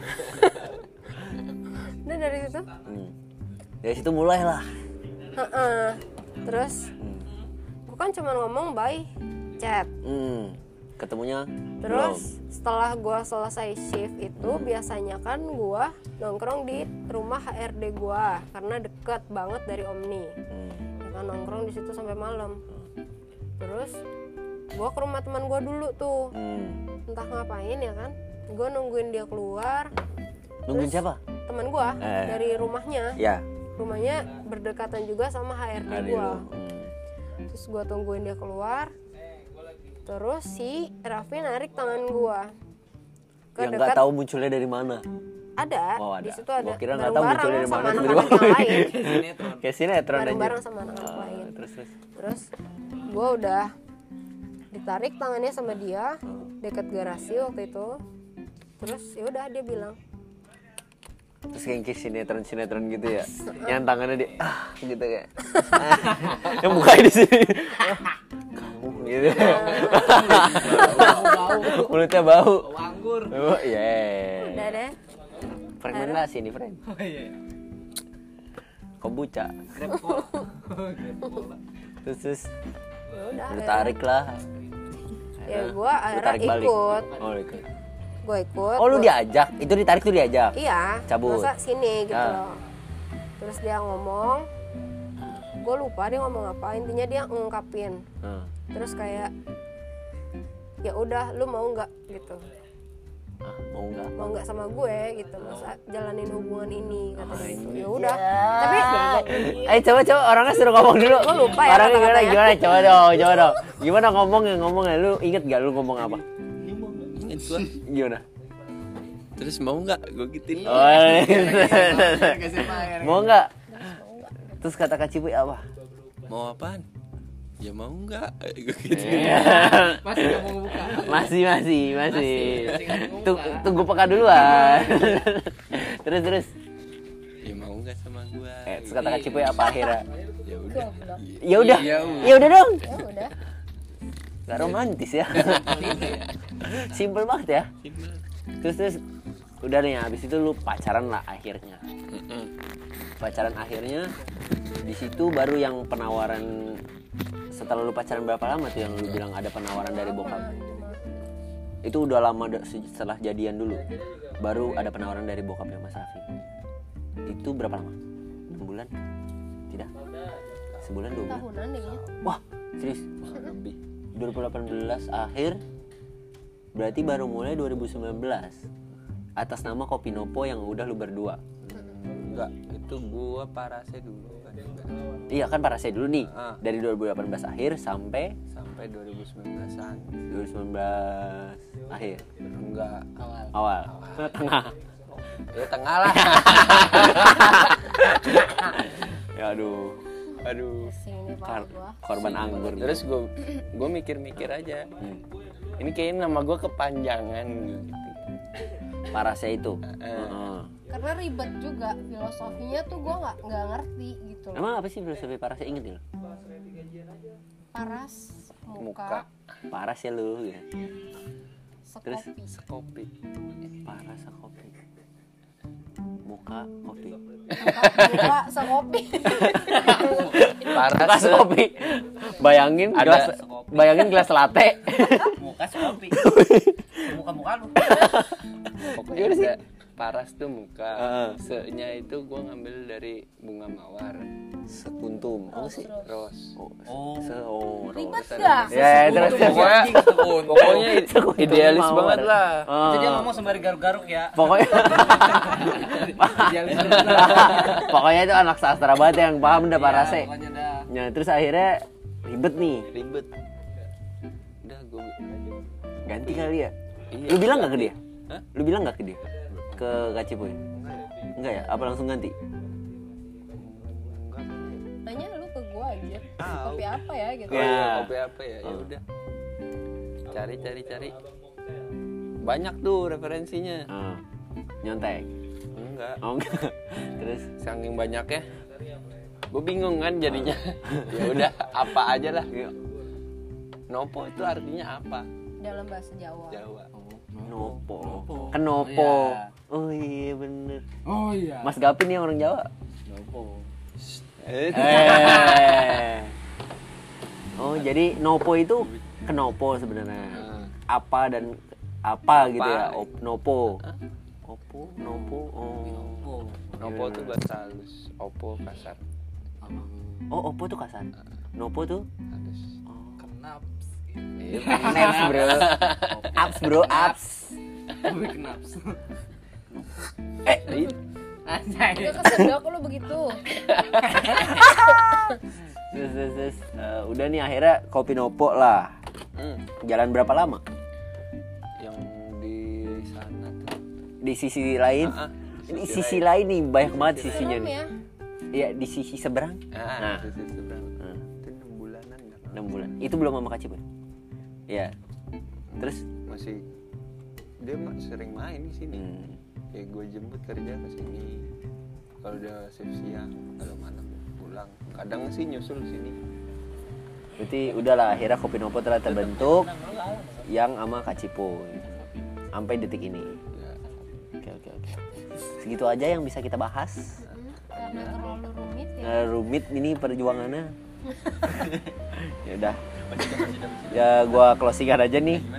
C: udah dari situ
A: Hmm. Dari situ mulailah.
C: Heeh. terus gue kan cuma ngomong bye chat
A: Hmm. Ketemunya
C: Terus setelah gua selesai shift itu biasanya kan gua nongkrong di rumah HRD gua karena deket banget dari Omni.
A: Hmm.
C: Ya kan nongkrong di situ sampai malam. Terus gua ke rumah teman gua dulu tuh.
A: belum. Hmm.
C: Entah ngapain ya kan. Gua nungguin dia keluar.
A: Nungguin siapa?
C: Teman gua
A: Eh.
C: dari rumahnya.
A: Ya.
C: Rumahnya berdekatan juga sama HRD
A: Hari
C: gua.
A: lu. Hmm.
C: Terus gua tungguin dia keluar. Terus si Raffi narik tangan gua ke
A: Yang nggak
C: dekat
A: tahu munculnya dari mana.
C: ada,
A: Oh, ada.
C: di situ
A: Gua
C: ada
A: kira nggak tahu munculnya
C: bareng-bareng
A: dari
C: sama
A: mana.
C: anak-anak
A: tiba-tiba.
C: yang lain
A: Kayak sinetron aja.
C: bareng-bareng sama anak-anak
A: Ah,
C: lain
A: Terus terus.
C: terus gue udah ditarik tangannya sama dia deket garasi waktu itu terus ya udah dia bilang
A: terus kayak kayak sinetron sinetron gitu ya yang tangannya di ah gitu kayak yang mukanya di sini Ah, kamu gitu mulai mulutnya bau.
B: Oh, anggur.
A: Oh, yeah.
E: Udah deh.
A: Fermentasi nih, friend.
B: Oh iya.
A: Kombucha.
B: Grab cola. Grab cola.
A: Terus, terus
E: Ya udah.
A: lu tarik lah.
E: Ya gua
A: Lu
E: akhirnya
A: tarik balik.
E: ikut.
A: Oh, lu ikut.
E: Gua ikut.
A: Oh, lu
E: gua-
A: diajak. Itu ditarik tuh diajak.
E: Iya.
A: Cabut.
E: Masa sini gitu
A: Ah.
E: loh. Terus dia ngomong. Gue lupa dia ngomong apa. Intinya dia ngungkapin.
A: Nah.
E: Terus kayak ya udah lu mau nggak gitu
A: Ah, mau enggak?
E: mau nggak sama gue gitu masa jalanin hubungan ini kata dia gitu ya udah
B: ya,
E: tapi
A: Ayo coba coba orangnya suruh ngomong dulu.
E: Gua lupa ya
A: Orangnya gimana
E: kata-katanya.
A: gimana coba dong, coba dong. Gimana ngomongnya ngomongnya lu inget gak lu ngomong apa?
D: Ingat gua.
A: Gimana?
D: Terus mau nggak gue gituin?
A: Oh,
B: Iya. Kasih air.
A: mau nggak? Terus kata Kak Cipuy apa?
D: Mau apaan? Ya mau nggak?
A: Eh.
D: Gue gituin.
B: Masih nggak mau buka.
A: masih masih masih.
B: masih nggak mau
A: Tunggu,
B: buka. Iya,
A: tunggu peka duluan. terus terus.
D: Ya mau nggak sama gua?
A: Eh, terus kata Kak Cipuy apa akhirnya?
D: Ya udah.
A: Ya udah.
D: Iya,
A: Ya udah dong.
E: ya udah
A: Gak romantis ya. Simple banget ya.
D: Gimana?
A: Terus terus udah nih habis itu lu pacaran lah akhirnya.
D: Mm-mm.
A: Pacaran akhirnya di situ baru yang penawaran setelah lu pacaran berapa lama tuh yang lu bilang ada penawaran dari bokap? Itu udah lama da- se- setelah jadian dulu. Baru ada penawaran dari bokapnya Mas Raffi. Itu berapa lama? 6 bulan? Tidak. Sebulan dua bulan.
E: tahunan deh ya.
A: Wah, serius? Wah, lebih. 2018 akhir berarti baru mulai 2019 atas nama Kopi Nopo yang udah lu berdua.
D: Enggak, itu gua parase dulu kan enggak.
A: Iya kan para saya dulu nih
D: Ah.
A: dari 2018 akhir sampai
D: Sampai 2019-an.
A: 2019 akhir
D: Enggak.
B: Awal.
A: awal tengah.
D: Ya tengah lah.
A: Ya aduh,
D: Aduh.
E: Pusing nih
A: kar-
E: pak gua
A: korban anggur. Hmm.
D: Terus gue gue mikir-mikir aja. Ini kayaknya nama gue kepanjangan gitu.
A: para saya itu. Heeh.
E: karena ribet juga filosofinya tuh gua nggak nggak ngerti gitu loh.
A: Emang apa sih filosofi para saya inget ya?
E: paras muka,
D: Muka
A: Para saya lu ya.
E: sekopi
D: sekopi.
A: Para saya kopi. Muka kopi.
E: muka, muka sekopi
D: Parah
A: gelas kopi bayangin
D: Ada
A: gelas
B: kopi.
A: bayangin gelas latte
B: Muka kopi. Muka-muka lu.
A: Iya
D: pokoknya ada paras tuh muka. Se-nya itu gue ngambil dari bunga mawar.
A: sekuntum apa sih
D: Rose.
A: oh
B: Oh.
A: se oh
E: ribet
D: Terus.
E: dah
A: ya ya, terus terus.
D: Pokoknya, pokoknya iya. idealis
A: Mawar.
D: banget lah.
A: Ah.
B: iya. Jadi dia ngomong sembari garuk-garuk ya.
A: pokoknya
B: Idealis banget lah.
A: pokoknya itu anak sastra banget yang paham dah
B: Iya,
A: parase
B: Pokoknya dah.
A: nah terus akhirnya ribet nih
D: Ribet. Udah gue
A: ganti kali ya
D: Iya.
A: lu bilang nggak ke dia
D: Hah?
A: lu bilang nggak ke dia ke kacipuin enggak ya apa langsung ganti
E: nanya lu ke gua aja sekopi apa ya gitu
D: Oh
A: Ya.
D: iya, kopi apa ya? Ya udah. Cari cari cari. Banyak tuh referensinya.
A: Ah. nyontek
D: Enggak.
A: oh enggak terus
D: Saking banyaknya. Gue bingung kan jadinya. ya udah, apa aja lah. Nopo itu artinya apa?
E: dalam bahasa Jawa
D: Jawa.
A: Nopo.
B: Nopo.
A: Kenopo.
B: Iya.
A: Oh iya bener.
B: Oh iya.
A: Mas Gapin ya orang Jawa.
B: Nopo.
D: Eh,
B: Eh.
A: oh jadi nopo itu kenopo sebenarnya.
B: Eh.
A: Apa dan apa, gitu ya? Op- nopo.
B: Eh?
A: Opo, nopo. Oh.
B: Nopo.
D: Nopo tuh bahasa halus. Opo kasar.
A: Oh, opo tuh
B: Eh.
A: kasar. Nopo tuh
D: Halus.
B: Kenaps.
D: Iya.
A: apps bro. Apps bro, apps.
B: Tapi kenaps.
A: Eh,
D: Iya.
B: Anjay.
E: Udah kesedok lu begitu
A: Terus, terus, terus. Eh, udah nih akhirnya kopi nopo lah.
D: Hmm,
A: Jalan berapa lama?
D: Yang di sana tuh.
A: Di sisi lain.
D: Ah, ah.
A: Di sisi lain nih banyak banget sisinya
E: serem
A: nih.
E: ya
A: Iya di sisi seberang Nah.
D: Ah, di sisi seberang. Itu enam bulanan nggak lama.
A: 6 bulan. Itu belum sama Kak Cipun. Iya. Terus
D: masih dia mah sering main di sini
A: hmm,
D: ya gue jemput kerja ke sini kalau udah shift siang kalau malam pulang kadang sih nyusul sini
A: berarti udahlah akhirnya Kopi Nopo telah terbentuk yang sama Kak Cipuy. sampai detik ini.
D: Ya.
A: Oke oke oke. Segitu aja yang bisa kita bahas.
C: karena terlalu rumit ya
A: Nah, rumit ini perjuangannya. ya udah. Ya gua closingan aja nih.